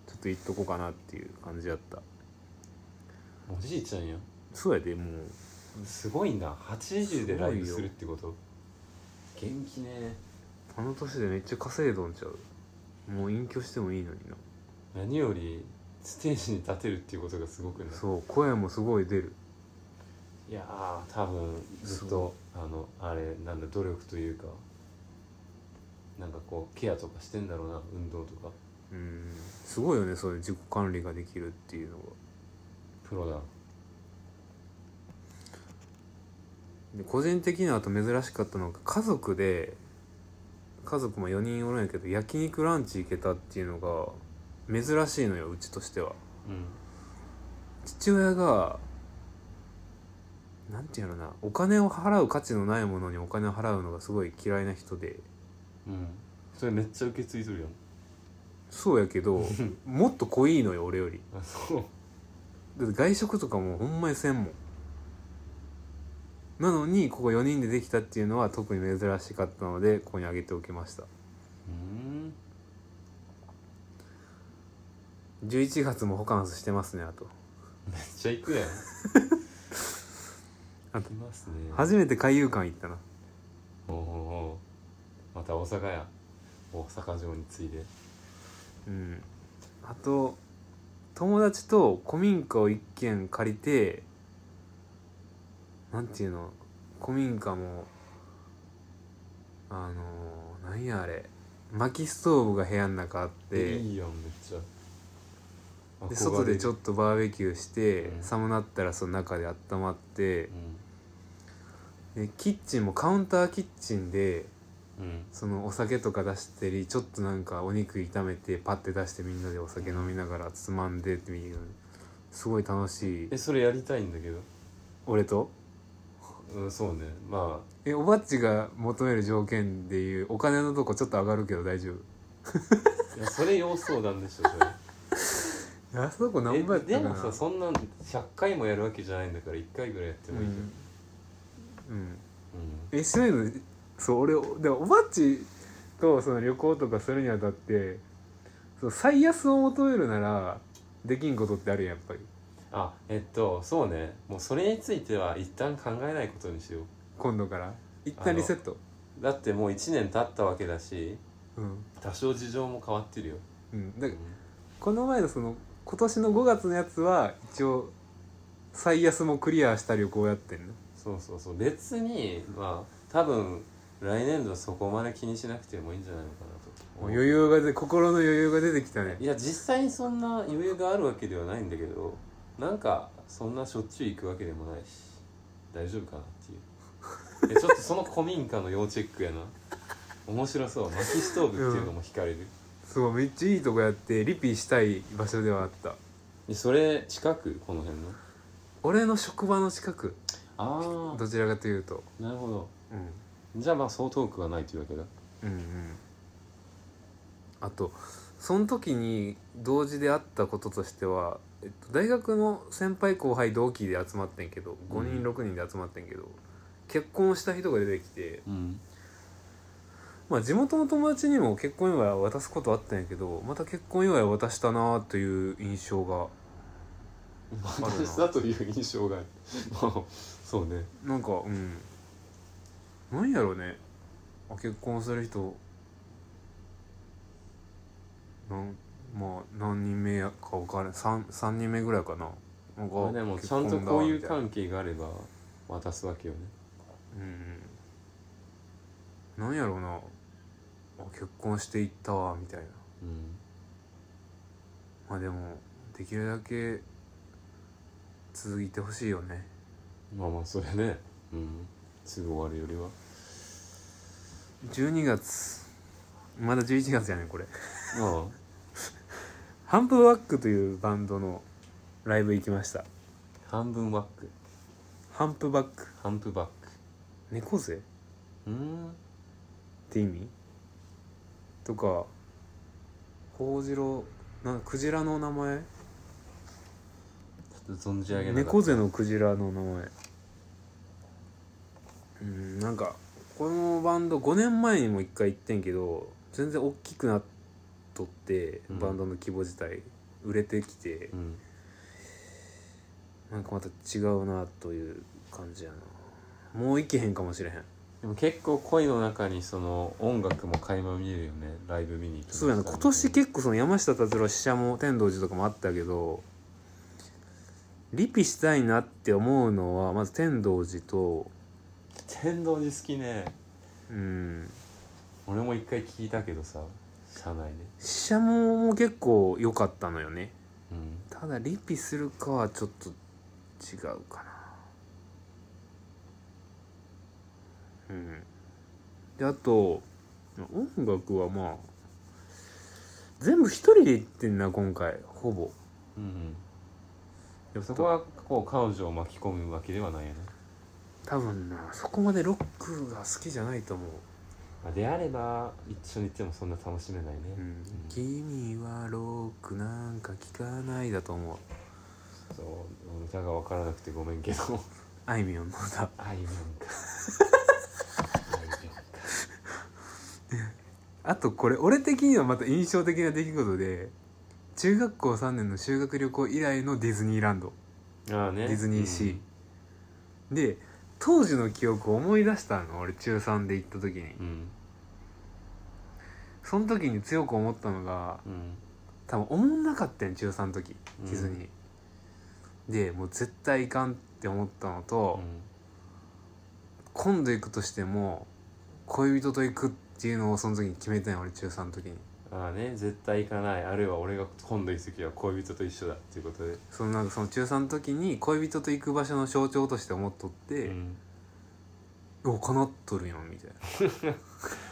Speaker 1: ちょっと行っとこうかなっていう感じやった
Speaker 2: おじいちゃんや
Speaker 1: そうやでもう
Speaker 2: すごいな80でライブ
Speaker 1: すごいよ
Speaker 2: するってこと元気ね
Speaker 1: あの年でめっちゃ稼いどんちゃうもう隠居してもいいのにな
Speaker 2: 何よりステージに立てるっていうことがすごくない
Speaker 1: そう声もすごい出る
Speaker 2: いやー多分ずっとあのあれなんだ努力というかなんかこうケアとかしてんだろうな運動とか
Speaker 1: うんすごいよねそういう自己管理ができるっていうのが
Speaker 2: プロだ
Speaker 1: で個人的にはあと珍しかったのが家族で家族も4人おるんやけど焼肉ランチ行けたっていうのが珍しいのようちとしては
Speaker 2: うん
Speaker 1: 父親がなんていうのなお金を払う価値のないものにお金を払うのがすごい嫌いな人で
Speaker 2: うんそれめっちゃ受け継いとるやん
Speaker 1: そうやけどもっと濃いのよ俺より
Speaker 2: あそう
Speaker 1: だって外食とかもうほんまにせんもんなのにここ4人でできたっていうのは特に珍しかったのでここに挙げておきました
Speaker 2: うん
Speaker 1: 11月もホカンスしてますねあと
Speaker 2: めっちゃ行く やん行きますね
Speaker 1: 初めて海遊館行ったな
Speaker 2: おうおうおうまた大阪や大阪城に次いで
Speaker 1: うんあと友達と古民家を一軒借りてなんていうの古民家もあのなんやあれ薪ストーブが部屋の中あって
Speaker 2: いいやんめっちゃ
Speaker 1: で外でちょ
Speaker 2: っ
Speaker 1: っとバーベキューして、
Speaker 2: うん
Speaker 1: 寒なったらその中で温まって
Speaker 2: と、
Speaker 1: でキッチンもカウンターキッチンで
Speaker 2: うんうん
Speaker 1: そのお酒とか出してりちょっとなんかお肉炒めてパッて出してみんなでお酒飲みながらつまんでっていうすごい楽しい
Speaker 2: えそれやりたいんだけど
Speaker 1: 俺と
Speaker 2: うんそうねまあ
Speaker 1: えおばっちが求める条件でいうお金のとこちょっと上がるけど大丈夫
Speaker 2: いやそれ要相談でしょそれ
Speaker 1: あそこ
Speaker 2: え
Speaker 1: 何倍やった
Speaker 2: で
Speaker 1: か
Speaker 2: も
Speaker 1: な
Speaker 2: さそんなん100回もやるわけじゃないんだから1回ぐらいやって
Speaker 1: うん
Speaker 2: もいいじゃん、
Speaker 1: う
Speaker 2: うん
Speaker 1: んえしないのそう俺でもおばっちとその旅行とかするにあたってそう最安を求めるならできんことってあるやんやっぱり
Speaker 2: あえっとそうねもうそれについては一旦考えないことにしよ
Speaker 1: 今度から一旦リセット
Speaker 2: うだってもう1年経ったわけだし
Speaker 1: うん、
Speaker 2: 多少事情も変わってるよ、
Speaker 1: うん、だ
Speaker 2: う
Speaker 1: か
Speaker 2: ん
Speaker 1: らこの前のその今年の5月のやつは一応最安もクリアした旅行やってんの
Speaker 2: そうそうそう別にまあ多分来年度はそこまで気にしなくてもいいんじゃないのかなと
Speaker 1: もう余裕がで心の余裕が出てきたね
Speaker 2: いや実際にそんな余裕があるわけではないんだけどなんかそんなしょっちゅう行くわけでもないし大丈夫かなっていうえちょっとその古民家の要チェックやな面白そう薪ストーブっていうのも惹かれる、
Speaker 1: そうめっちゃいいとこやってリピしたい場所ではあった
Speaker 2: でそれ近くこの辺の
Speaker 1: 俺の職場の近く
Speaker 2: あ
Speaker 1: どちらかというと
Speaker 2: あなるほど
Speaker 1: うん
Speaker 2: じゃあまあそう遠くはないというわけだ
Speaker 1: うんうんあとその時に同時であったこととしては、えっと、大学の先輩後輩同期で集まってんけど5
Speaker 2: う
Speaker 1: 人
Speaker 2: ん
Speaker 1: 6人で集まってんけど、結婚した人が出てきて、
Speaker 2: うん
Speaker 1: まあ、地元の友達にも結婚祝いを渡すことあったんやけどまた結婚祝いを渡したなという印象が
Speaker 2: 私だという印象がある もうそうね
Speaker 1: なんかうんなんやろうねあ結婚する人なんまあ何人目やか分からん 3, 三人目ぐらいかななん
Speaker 2: ま
Speaker 1: か
Speaker 2: あでもちゃんとこういう
Speaker 1: 結婚だみ
Speaker 2: 関係があれば渡すわけよね
Speaker 1: たいなうんなんやろうなあ結婚していったわみたいな
Speaker 2: うん
Speaker 1: まあでもできるだけ続いてほしいよね
Speaker 2: まあまあそれねうんすぐ終わるよりは
Speaker 1: 12月まだ11月やねんこれ
Speaker 2: あ
Speaker 1: ハンプワックというバンドのライブ行きました
Speaker 2: あ半分バック
Speaker 1: ハンプバック
Speaker 2: ハンプバック
Speaker 1: 猫背っ
Speaker 2: うーん
Speaker 1: て意味とかホオジロなんかクジラの名前
Speaker 2: ちょっと存じ上げなか
Speaker 1: 猫
Speaker 2: った
Speaker 1: 背のクジラの名前うんなんかこのバンド5年前にも一回行ってんけど全然大きくなっとって
Speaker 2: うん
Speaker 1: バンドの規模自体、売れてきて
Speaker 2: うん
Speaker 1: なんかまた違うなという感じやなもう行けへんかもしれへん
Speaker 2: でも結構恋の中にその音楽も垣間見えるよねライブ見に行きました
Speaker 1: そうやな
Speaker 2: みたい
Speaker 1: 今年結構その山下達郎死者も天童寺とかもあったけどリピしたいなって思うのはまず天童寺と
Speaker 2: 天童寺好きね
Speaker 1: うん
Speaker 2: 俺も一回聞いたけどさ車内で
Speaker 1: 死者もも結構良かったのよね
Speaker 2: うん
Speaker 1: ただリピするかはちょっと違うかなうんであと音楽はまあ全部一人で行ってんな今回ほぼ
Speaker 2: うん
Speaker 1: やっ
Speaker 2: そ
Speaker 1: ぱ
Speaker 2: こはこう彼女を巻き込むわけではないよね、
Speaker 1: 多分なそこまでロックが好きじゃないと思う
Speaker 2: まあ、であれば一緒に行ってもそんな楽しめないね、
Speaker 1: 「うん、君はロックなんか聞かない」だと思う
Speaker 2: そう歌が分からなくてごめんけど
Speaker 1: あいみょんの歌
Speaker 2: あいみょんかあいみょんか
Speaker 1: あとこれ俺的にはまた印象的な出来事で中学校3年の修学旅行以来のディズニーランド
Speaker 2: ああね
Speaker 1: ディズニーシーで当時の記憶を思い出したの俺中3で行った時に
Speaker 2: うんうん
Speaker 1: その時に強く思ったのが
Speaker 2: うん
Speaker 1: 多分思んなかったん中3の時ディズニー、でもう絶対行かんって思ったのと、今度行くとしても恋人と行くっていうのをその時に決めたんよ俺中3の時に
Speaker 2: うんああね絶対行かないあるいは俺が今度行く時は恋人と一緒だっていうことで、
Speaker 1: そのなんかその中3の時に恋人と行く場所の象徴として思っとって、
Speaker 2: うん
Speaker 1: お叶っとるやんみたいな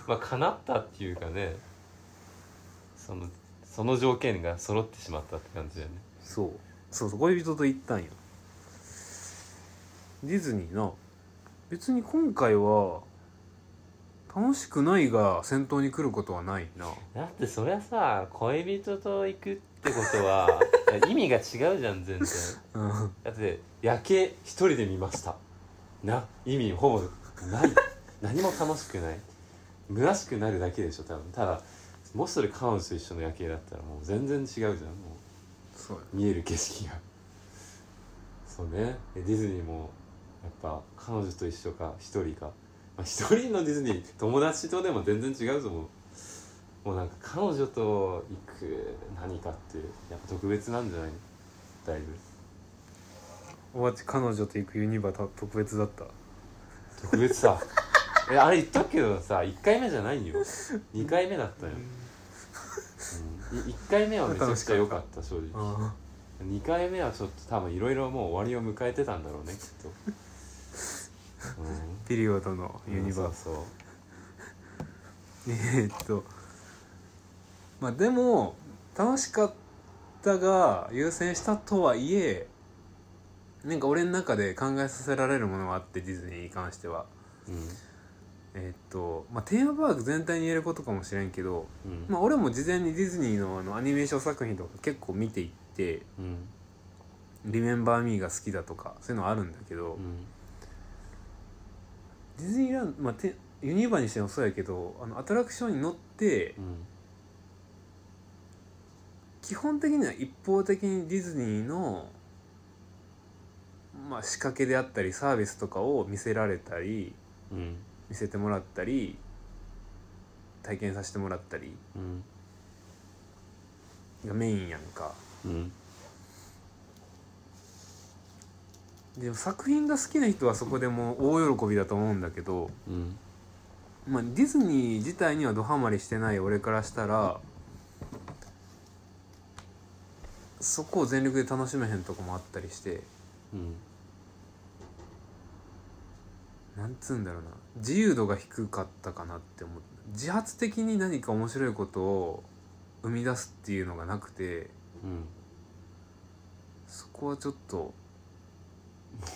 Speaker 2: まあ叶ったっていうかねそのその条件が揃ってしまったって感じだよね
Speaker 1: そうそうそう恋人と行ったんよディズニーな別に今回は楽しくないが先頭に来ることはないな
Speaker 2: だってそりゃさ恋人と行くってこ とは意味が違うじゃん全然
Speaker 1: うん
Speaker 2: だって夜景一人で見ましたな意味ほぼない何も楽しくない虚しくなるだけでしょ多分ただもしそれ彼女と一緒の夜景だったらもう全然違うじゃんも
Speaker 1: そうや
Speaker 2: う見える景色がそうねでディズニーもやっぱ彼女と一緒か一人かまあ一人のディズニー友達とでも全然違うと思うもうなんか彼女と行く何かってやっぱ特別なんじゃないだいぶ
Speaker 1: おばち彼女と行くユニバた特別だった
Speaker 2: 特別さえあれ言ったけどさ1回目じゃないよ2回目だったよ、うん、1回目はめちゃくちゃ良かった正直
Speaker 1: あ
Speaker 2: 2回目はちょっと多分いろいろもう終わりを迎えてたんだろうねきっと、
Speaker 1: あピリオドの
Speaker 2: うん、
Speaker 1: ユニバース
Speaker 2: そうそう
Speaker 1: えーっとまあでも楽しかったが優先したとはいえなんか俺の中で考えさせられるものがあってディズニーに関しては
Speaker 2: う
Speaker 1: えーっとまあテーマパーク全体に言えることかもしれんけど、
Speaker 2: んうん
Speaker 1: まあ、俺も事前にディズニーのあのアニメーション作品とか結構見ていって
Speaker 2: うん
Speaker 1: 「リメンバー・ミー」が好きだとかそういうのはあるんだけど、
Speaker 2: うん
Speaker 1: ディズニーランド、まあ、てユニバにしてもそうやけどあのアトラクションに乗って
Speaker 2: うん
Speaker 1: 基本的には一方的にディズニーの、まあ、仕掛けであったりサービスとかを見せられたり
Speaker 2: うん
Speaker 1: 見せてもらったり体験させてもらったり
Speaker 2: うん
Speaker 1: がメインやんか
Speaker 2: うん
Speaker 1: でも作品が好きな人はそこでもう大喜びだと思うんだけど、
Speaker 2: うん
Speaker 1: まあ、ディズニー自体にはドハマりしてない俺からしたらそこを全力で楽しめへんとこもあったりして
Speaker 2: うん
Speaker 1: なんつうんだろうな自由度が低かったかなって思う自発的に何か面白いことを生み出すっていうのがなくて
Speaker 2: うん
Speaker 1: そこはちょっと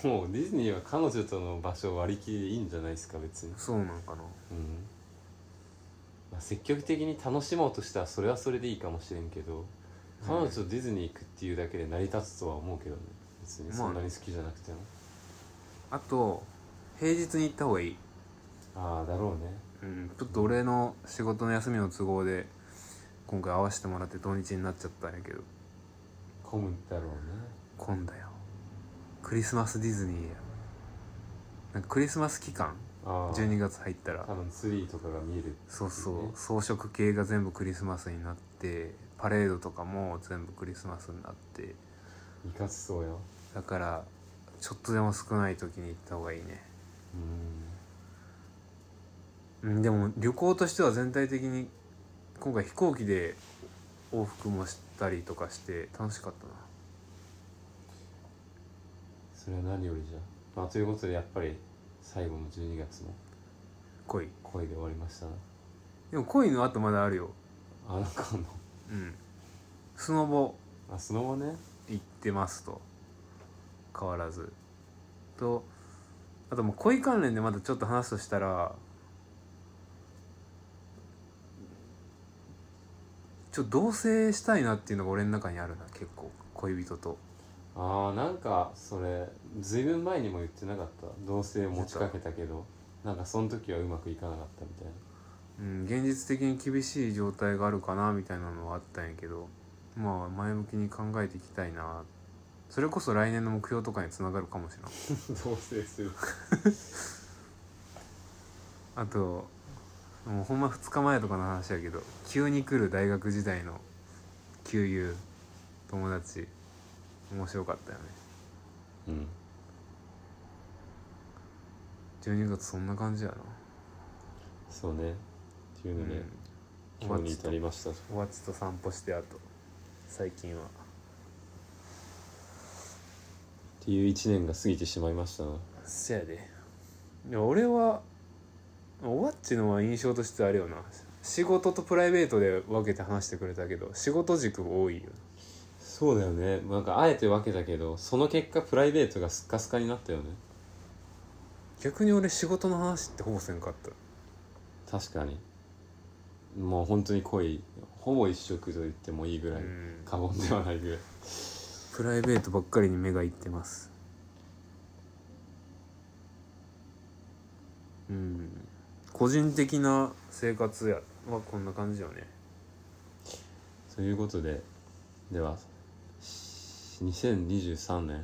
Speaker 2: もうディズニーは彼女との場所を割り切りでいいんじゃないですか別に、
Speaker 1: そうなんかな
Speaker 2: うんまあ、積極的に楽しもうとしたらそれはそれでいいかもしれんけど彼女とディズニー行くっていうだけで成り立つとは思うけどね別にそんなに好きじゃなくても、
Speaker 1: あと平日に行った方がいい
Speaker 2: ああだろうね
Speaker 1: うんちょっと俺の仕事の休みの都合で今回合わせてもらって土日になっちゃったんやけど
Speaker 2: 混むだろうね
Speaker 1: 今だよクリスマスディズニーやなんかクリスマス期間
Speaker 2: ああ
Speaker 1: 12月入った
Speaker 2: 多
Speaker 1: ら
Speaker 2: 分ツリーとかが見える
Speaker 1: そうそう装飾系が全部クリスマスになってパレードとかも全部クリスマスになって
Speaker 2: いかつそうやう
Speaker 1: だからちょっとでも少ない時に行った方がいいね
Speaker 2: ん
Speaker 1: うんでも旅行としては全体的に今回飛行機で往復もしたりとかして楽しかったな
Speaker 2: それは何よりじゃまあということでやっぱり最後の12月も
Speaker 1: 恋
Speaker 2: 恋で終わりましたな
Speaker 1: でも恋の後まだあるよ
Speaker 2: あなんかあの
Speaker 1: うんスノボ
Speaker 2: あスノボね
Speaker 1: 行ってますと変わらずとあともう恋関連でまたちょっと話すとしたらちょっと同棲したいなっていうのが俺の中にあるな結構恋人と
Speaker 2: あーなんかそれずいぶん前にも言ってなかった同棲持ちかけたけどなんかその時はうまくいかなかったみたいな
Speaker 1: うん、現実的に厳しい状態があるかなみたいなのはあったんやけどまあ前向きに考えていきたいなそれこそ来年の目標とかにつながるかもしれない
Speaker 2: 同棲する
Speaker 1: あともうほんま2日前とかの話やけど急に来る大学時代の旧友友達面白かったよね
Speaker 2: うん
Speaker 1: 12月そんな感じやな
Speaker 2: そうねっていうので、
Speaker 1: うん
Speaker 2: 今日に至りました
Speaker 1: おわちと散歩してあと最近は
Speaker 2: っていう1年が過ぎてしまいましたな
Speaker 1: そやでいや俺はおわっちのは印象としてあれよな仕事とプライベートで分けて話してくれたけど仕事軸多いよ
Speaker 2: そうだよねなんかあえて分けたけどその結果プライベートがスッカスカになったよね
Speaker 1: 逆に俺仕事の話ってほぼせんかった
Speaker 2: 確かにもう本当に濃いほぼ一色と言ってもいいぐらい
Speaker 1: うん
Speaker 2: 過言ではないぐらい
Speaker 1: プライベートばっかりに目がいってますうん個人的な生活やはこんな感じよね
Speaker 2: ということでではし2023年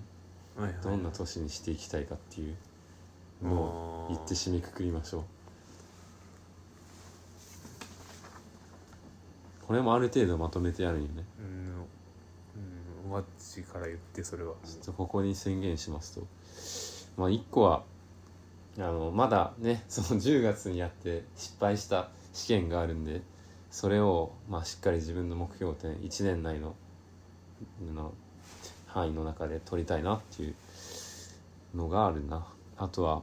Speaker 1: はいはい
Speaker 2: どんな年にしていきたいかっていう
Speaker 1: あー
Speaker 2: もう言って締めくくりましょうこれもある程度まとめてやるよね
Speaker 1: うん、うん、ワッチから言ってそれは
Speaker 2: ちょっとここに宣言しますとまあ1個はあのまだね その10月にやって失敗した試験があるんでそれを、まあ、しっかり自分の目標点1年内のの範囲の中で取りたいなっていうのがあるなあとは、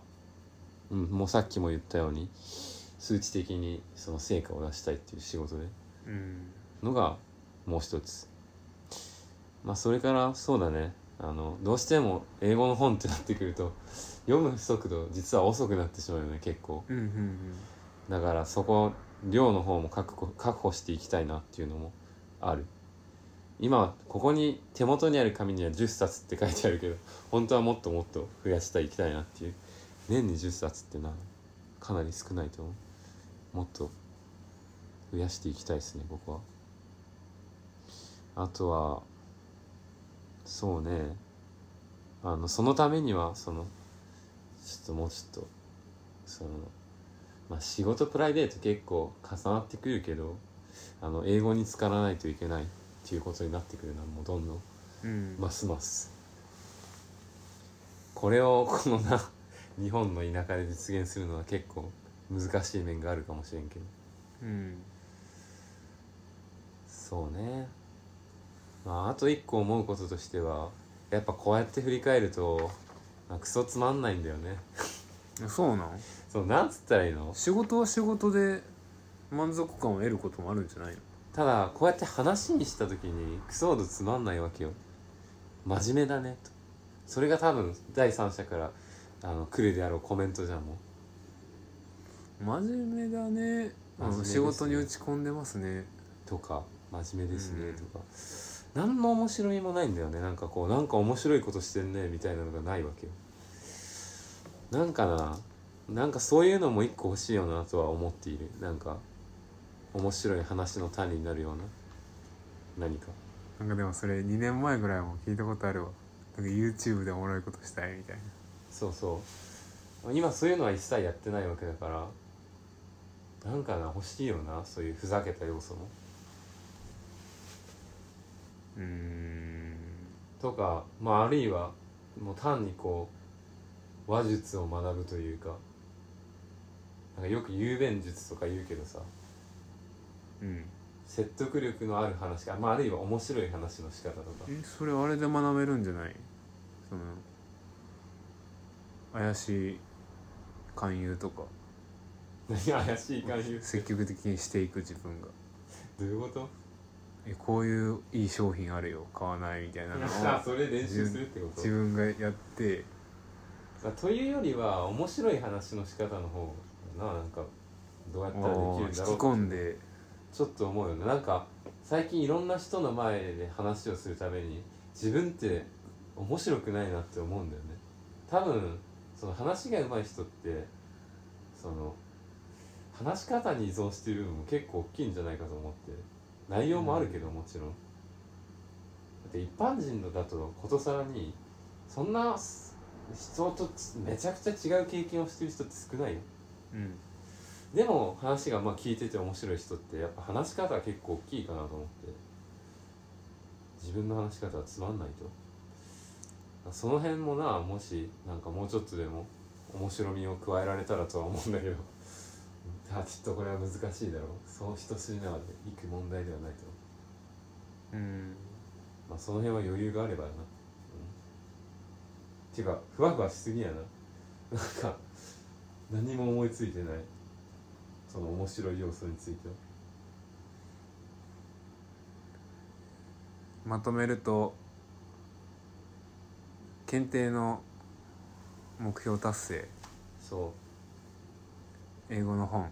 Speaker 2: うん、もうさっきも言ったように数値的にその成果を出したいっていう仕事で
Speaker 1: うん
Speaker 2: のがもう一つまあそれからそうだねあのどうしても英語の本ってなってくると読む速度実は遅くなってしまうよね結構
Speaker 1: うんうんうん
Speaker 2: だからそこ量の方も確保確保していきたいなっていうのもある今ここに手元にある紙には10冊って書いてあるけど本当はもっともっと増やしたいいきたいなっていう年に10冊ってなかなり少ないと思うもっと増やしていきたいですね僕はあとはそうねあのそのためにはそのちょっともうちょっとそのまあ、仕事プライベート結構重なってくるけどあの英語に使わないといけないっていうことになってくるなもうどんどん
Speaker 1: うん
Speaker 2: ますますこれをこのな 日本の田舎で実現するのは結構難しい面があるかもしれんけど
Speaker 1: うん
Speaker 2: そうねまああと一個思うこととしてはやっぱこうやって振り返ると、まあ、クソつまんないんだよね
Speaker 1: そうなん
Speaker 2: そうなんつったらいいの
Speaker 1: 仕事は仕事で満足感を得ることもあるんじゃないの
Speaker 2: ただこうやって話にした時にクソほどつまんないわけよ真面目だねとそれが多分第三者からあの来るであろうコメントじゃんもう
Speaker 1: 真面目だねあの
Speaker 2: 真面目ですね
Speaker 1: 仕事に打ち込んでますね
Speaker 2: とか真面目です
Speaker 1: う
Speaker 2: ね
Speaker 1: ん
Speaker 2: とか、何の面白みもないんだよねなんかこうなんか面白いことしてんねみたいなのがないわけよなんかななんかそういうのも一個欲しいよなとは思っているなんか面白い話の種になるような何か
Speaker 1: なんかでもそれ2年前ぐらいも聞いたことあるわなんか YouTube でおもろいことしたいみたいな
Speaker 2: そうそう今そういうのは一切やってないわけだからなんかな欲しいよなそういうふざけた要素も
Speaker 1: うーん
Speaker 2: とか、まあ、あるいはもう単にこう話術を学ぶというかなんかよく雄弁術とか言うけどさ
Speaker 1: うん
Speaker 2: 説得力のある話か、まあ、あるいは面白い話の仕方とか
Speaker 1: えそれあれで学べるんじゃないその怪しい勧誘とか
Speaker 2: 何怪しい勧誘
Speaker 1: 積極的にしていく自分が
Speaker 2: どういうこと
Speaker 1: えこういういい商品あるよ買わないみたいなのを
Speaker 2: あ それ練習するってこと
Speaker 1: 自分がやって
Speaker 2: まあ、というよりは面白い話の仕方の方がななんかどうやったらできる
Speaker 1: 引
Speaker 2: んだろ
Speaker 1: き
Speaker 2: う
Speaker 1: 込んで
Speaker 2: ちょっと思うよねなんか最近いろんな人の前で話をするために自分って面白くないなって思うんだよね多分その話が上手い人ってその話し方に依存している部分も結構大きいんじゃないかと思って内容もあるけどもちろん、だって一般人のだとことさらにそんな人とめちゃくちゃ違う経験をしてる人って少ないよ
Speaker 1: うん
Speaker 2: でも話がまあ聞いてて面白い人ってやっぱ話し方が結構大きいかなと思って自分の話し方はつまんないとその辺もなもしなんかもうちょっとでも面白みを加えられたらとは思うんだけど あちょっとこれは難しいだろうそう一筋縄でいく問題ではないと思う
Speaker 1: うん
Speaker 2: まあその辺は余裕があればやな、うん、ていうかふわふわしすぎやななんか何も思いついてないその面白い要素については
Speaker 1: まとめると検定の目標達成
Speaker 2: そう
Speaker 1: 英語の本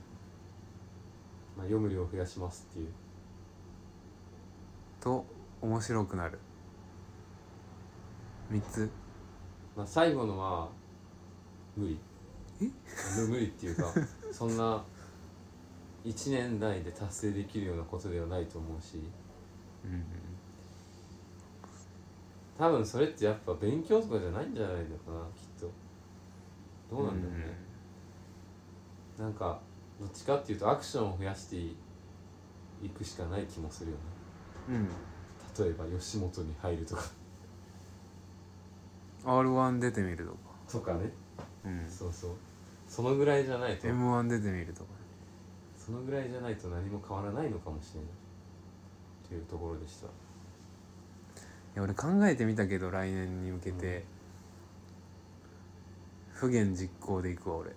Speaker 2: まあ、読む量を増やしますっていう
Speaker 1: と面白くなる3つ
Speaker 2: まあ最後のは無理
Speaker 1: え
Speaker 2: む無理っていうかそんな1年内で達成できるようなことではないと思うし
Speaker 1: うん
Speaker 2: 多分それってやっぱ勉強とかじゃないんじゃないのかなきっとどうなんだろうね、なんかどっちかっていうとアクションを増やしていくしかない気もするよね
Speaker 1: うん
Speaker 2: 例えば吉本に入るとか
Speaker 1: R1 出てみるとか、
Speaker 2: とかね
Speaker 1: うん、
Speaker 2: そうそうそのぐらいじゃないと
Speaker 1: M1 出てみるとか
Speaker 2: そのぐらいじゃないと何も変わらないのかもしれないというところでした
Speaker 1: いや俺考えてみたけど来年に向けて、不言実行でいくわ俺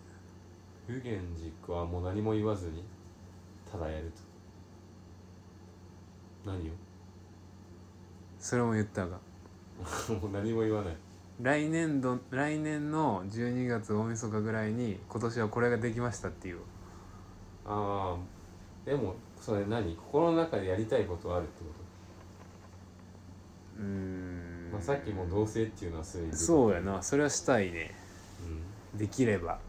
Speaker 2: 有言実行はもう何も言わずにただやると何
Speaker 1: それも言ったが
Speaker 2: を もう何も言わない
Speaker 1: 来年度来年の12月大晦日ぐらいに今年はこれができましたっていう
Speaker 2: ああでもそれ何心の中でやりたいことはあるってこ
Speaker 1: うーん
Speaker 2: と、まあ、さっきも同棲っていうのはすでに
Speaker 1: そうや
Speaker 2: う
Speaker 1: なそれはしたいね
Speaker 2: ん、うん、
Speaker 1: できれば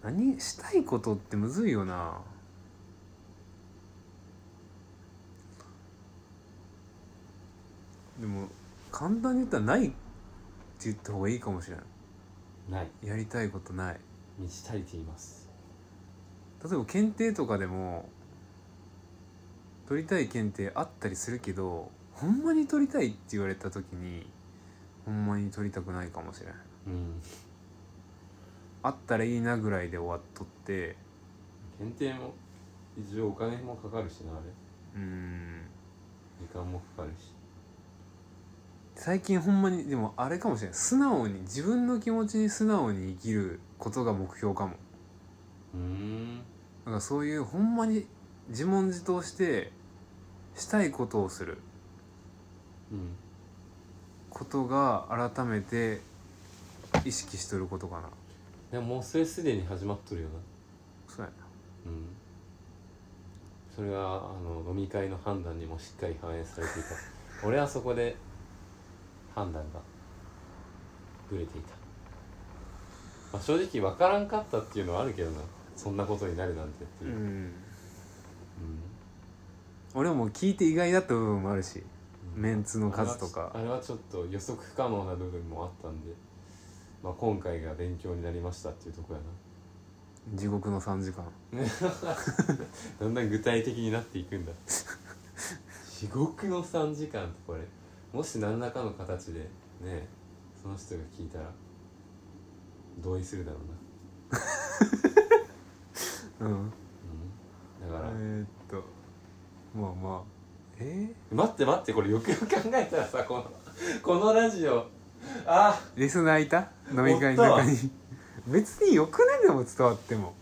Speaker 1: 何したいことってむずいよなでも簡単に言ったらないって言った方がいいかもしれない
Speaker 2: ない
Speaker 1: やりたいことない
Speaker 2: 満ち足りています
Speaker 1: 例えば検定とかでも取りたい検定あったりするけどほんまに取りたいって言われた時にほんまに取りたくないかもしれない
Speaker 2: うん
Speaker 1: あったらいいなぐらいで終わっとって
Speaker 2: 検定も一応お金もかかるしなあれ
Speaker 1: うーん
Speaker 2: 時間もかかるし
Speaker 1: 最近ほんまにでもあれかもしれない素直に自分の気持ちに素直に生きることが目標かも
Speaker 2: うーん
Speaker 1: なんかそういうほんまに自問自答してしたいことをする
Speaker 2: うん
Speaker 1: ことが改めて意識しとることかな
Speaker 2: でももうそれすでに始まっとるよな
Speaker 1: そうやな
Speaker 2: うんそれはあの飲み会の判断にもしっかり反映されていた 俺はそこで判断がぶれていた、まあ、正直分からんかったっていうのはあるけどなそんなことになるなんてっていう、うん
Speaker 1: 俺も聞いて意外だった部分もあるし
Speaker 2: うん
Speaker 1: メンツの数とか
Speaker 2: あれはあれはちょっと予測不可能な部分もあったんで、まあ、今回が勉強になりましたっていうとこや
Speaker 1: 地獄の3時間
Speaker 2: なだんだん具体的になっていくんだ地獄の3時間ってこれもし何らかの形でねその人が聞いたら同意するだろう
Speaker 1: うん
Speaker 2: な、うん、だ
Speaker 1: え
Speaker 2: から、
Speaker 1: ー、っとまあまあえ
Speaker 2: 待って待ってこれよくよく考えたらさこのこのラジオあー
Speaker 1: ー、リスナーいた飲み会の中に別によくないでも伝わっても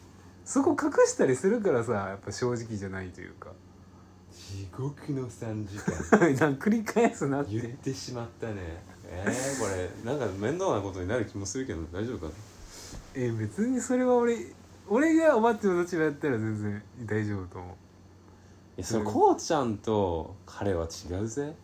Speaker 1: そこ隠したりするからさやっぱ正直じゃないというか
Speaker 2: 地獄の3時 間
Speaker 1: なんか繰り返すなっ
Speaker 2: 言っててしまったねえー、これなんか面倒なことになる気もするけど大丈夫かな
Speaker 1: えー別にそれは俺俺がおばっちの立場やったら全然大丈夫と思う
Speaker 2: いやそれこうちゃんと彼は違うぜ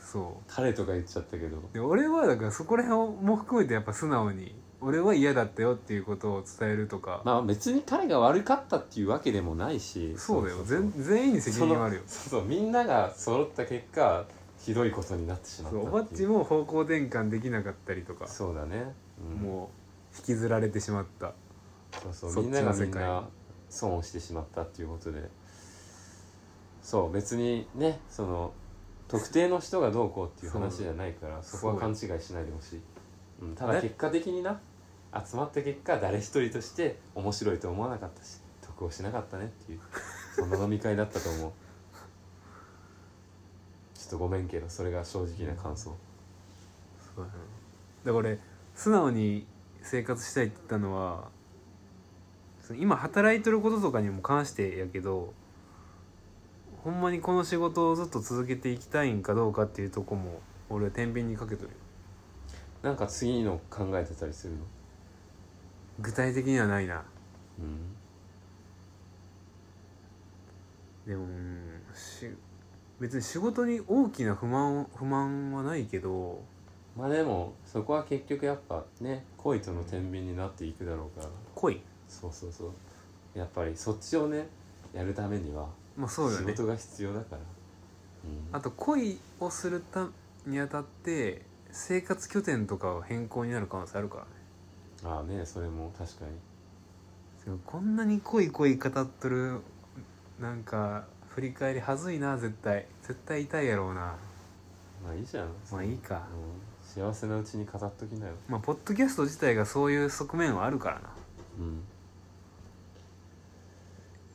Speaker 1: そう
Speaker 2: 彼とか言っちゃったけど
Speaker 1: で俺はだからそこら辺も含めてやっぱ素直に俺は嫌だったよっていうことを伝えるとか、
Speaker 2: まあ別に彼が悪かったっていうわけでもないし
Speaker 1: そうだよ
Speaker 2: そう
Speaker 1: 全全員に責
Speaker 2: そ
Speaker 1: 任
Speaker 2: の
Speaker 1: はあるよ
Speaker 2: そうそうみんなが揃った結果ひどいことになってしま
Speaker 1: そ
Speaker 2: った
Speaker 1: うおば
Speaker 2: て
Speaker 1: っち
Speaker 2: いう
Speaker 1: も方向転換できなかったりとか
Speaker 2: そうだね、うん、
Speaker 1: もう引きずられてしまった
Speaker 2: そうそう
Speaker 1: そっち
Speaker 2: み
Speaker 1: の
Speaker 2: んながみ
Speaker 1: 世界
Speaker 2: んな損をしてしまったっていうことでそう別にねその特定の人がどうこうっていう話じゃないから
Speaker 1: そ
Speaker 2: そうこは勘違いしないでほしい、うん、ただ結果的にな集まった結果誰一人として面白いと思わなかったし得をしなかったねっていうそんな飲み会だったと思う ちょっとごめんけどそれが正直な感想
Speaker 1: そうだねだから俺素直に生活したいって言ったのはその今働いてることとかにも関してやけどほんまにこの仕事をずっと続けていきたいんかどうかっていうとこも俺は天秤にかけとるよ
Speaker 2: なんか次の考えてたりするの
Speaker 1: 具体的にはないな
Speaker 2: うん
Speaker 1: でもうんし別に仕事に大きな不満を不満はないけど
Speaker 2: まあでもそこは結局やっぱね恋との天秤になっていくだろうから、
Speaker 1: 恋
Speaker 2: そうそうそうやっぱりそっちをねやるためには
Speaker 1: まあそうだ
Speaker 2: 仕
Speaker 1: ね
Speaker 2: 事が必要だからうん
Speaker 1: あと恋をするたにあたって生活拠点とかは変更になる可能性あるからね
Speaker 2: ああねそれも確かに
Speaker 1: そうこんなに恋恋語っとるなんか振り返りはずいな絶対絶対痛いやろうな
Speaker 2: まあいいじゃん
Speaker 1: まあいいか
Speaker 2: うん、幸せなうちに飾っときなよ
Speaker 1: まあポッドキャスト自体がそういう側面はあるからな
Speaker 2: うん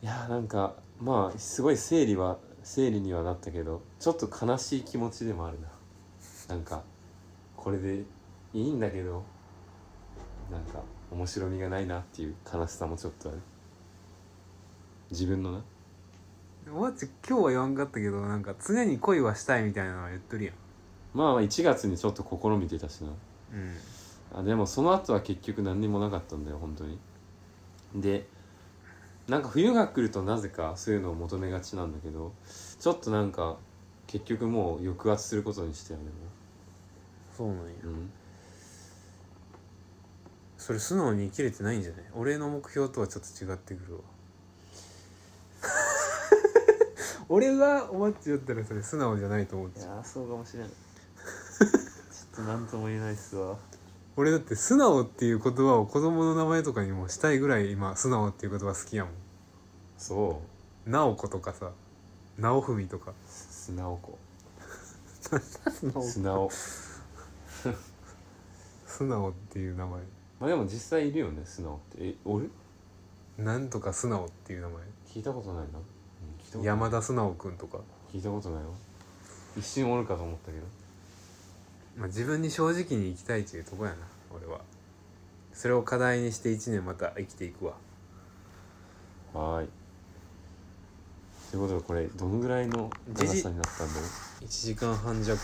Speaker 2: いやーなんかまあすごい整理は整理にはなったけどちょっと悲しい気持ちでもあるななんかこれでいいんだけどなんか面白みがないなっていう悲しさもちょっとある自分のな
Speaker 1: おばっち今日は言わんかったけどなんか常に恋はしたいみたいなのは言っとるやん
Speaker 2: まあまあ1月にちょっと試みてたしな
Speaker 1: うん
Speaker 2: あでもその後は結局何にもなかったんだよ本当にでなんか冬が来るとなぜかそういうのを求めがちなんだけどちょっとなんか結局もう抑圧することにしてよね
Speaker 1: そうなんや
Speaker 2: もう、うん、
Speaker 1: それ素直に生きれてないんじゃない俺の目標とはちょっと違ってくるわ 俺がおばっちだったらそれ素直じゃないと思っちゃう
Speaker 2: やそうかも しれないちょっと何とも言えないっすわ
Speaker 1: 俺だって素直っていう言葉を子供の名前とかにもしたいぐらい今素直っていう言葉好きやも
Speaker 2: そ
Speaker 1: ん直子とかさ
Speaker 2: う
Speaker 1: 直文 とか
Speaker 2: す砂おこ
Speaker 1: 素
Speaker 2: 砂お
Speaker 1: 直っていう名前
Speaker 2: まあでも実際いるよね素直ってえ俺
Speaker 1: なんとか素直っていう名
Speaker 2: 聞いたことないな、うん聞いた
Speaker 1: 前
Speaker 2: ことない
Speaker 1: 山田素直くんとか、
Speaker 2: 聞いたことないわ一瞬おるかと思ったけど
Speaker 1: まあ、自分に正直に生きたいっていうとこやな俺はそれを課題にして1年また生きていくわ
Speaker 2: はーいということでこれどのぐらいの長さになったんだろう
Speaker 1: 1時間半弱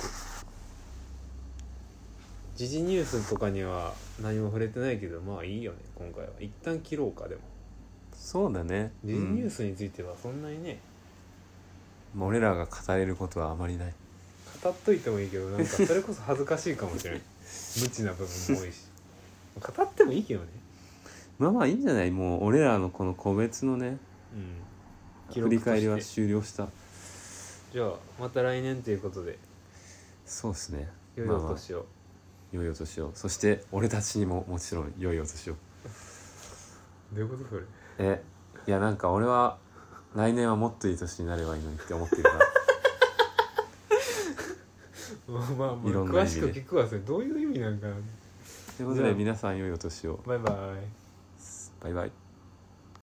Speaker 1: 時事ニュースとかには何も触れてないけどまあいいよね今回は一旦切ろうかでも
Speaker 2: そうだね
Speaker 1: 時事ニュースについてはそんなにね、
Speaker 2: まあ俺らが語れることはあまりない
Speaker 1: 語っといてもいいけどなんかそれこそ恥ずかしいかもしれない 無知な部分も多いし語ってもいいけどね
Speaker 2: まあまあいいんじゃないもう俺らのこの個別のね
Speaker 1: うん記録と
Speaker 2: 振り
Speaker 1: して
Speaker 2: 返りは終了した
Speaker 1: じゃあまた来年ということで
Speaker 2: そうですね
Speaker 1: 良いお年を、
Speaker 2: まあまあ良いお年をそして俺たちにももちろん良いお年を
Speaker 1: どういうことそれ
Speaker 2: えいやなんか俺は来年はもっといい年になればいいのにって思ってるから
Speaker 1: まあまあ
Speaker 2: いろん
Speaker 1: 詳
Speaker 2: な意味
Speaker 1: し
Speaker 2: で
Speaker 1: く聞くわそれどういう意味なんかな
Speaker 2: ということ
Speaker 1: じゃ
Speaker 2: で
Speaker 1: あ
Speaker 2: 皆さん良いお年を
Speaker 1: バイバイ
Speaker 2: バイバイ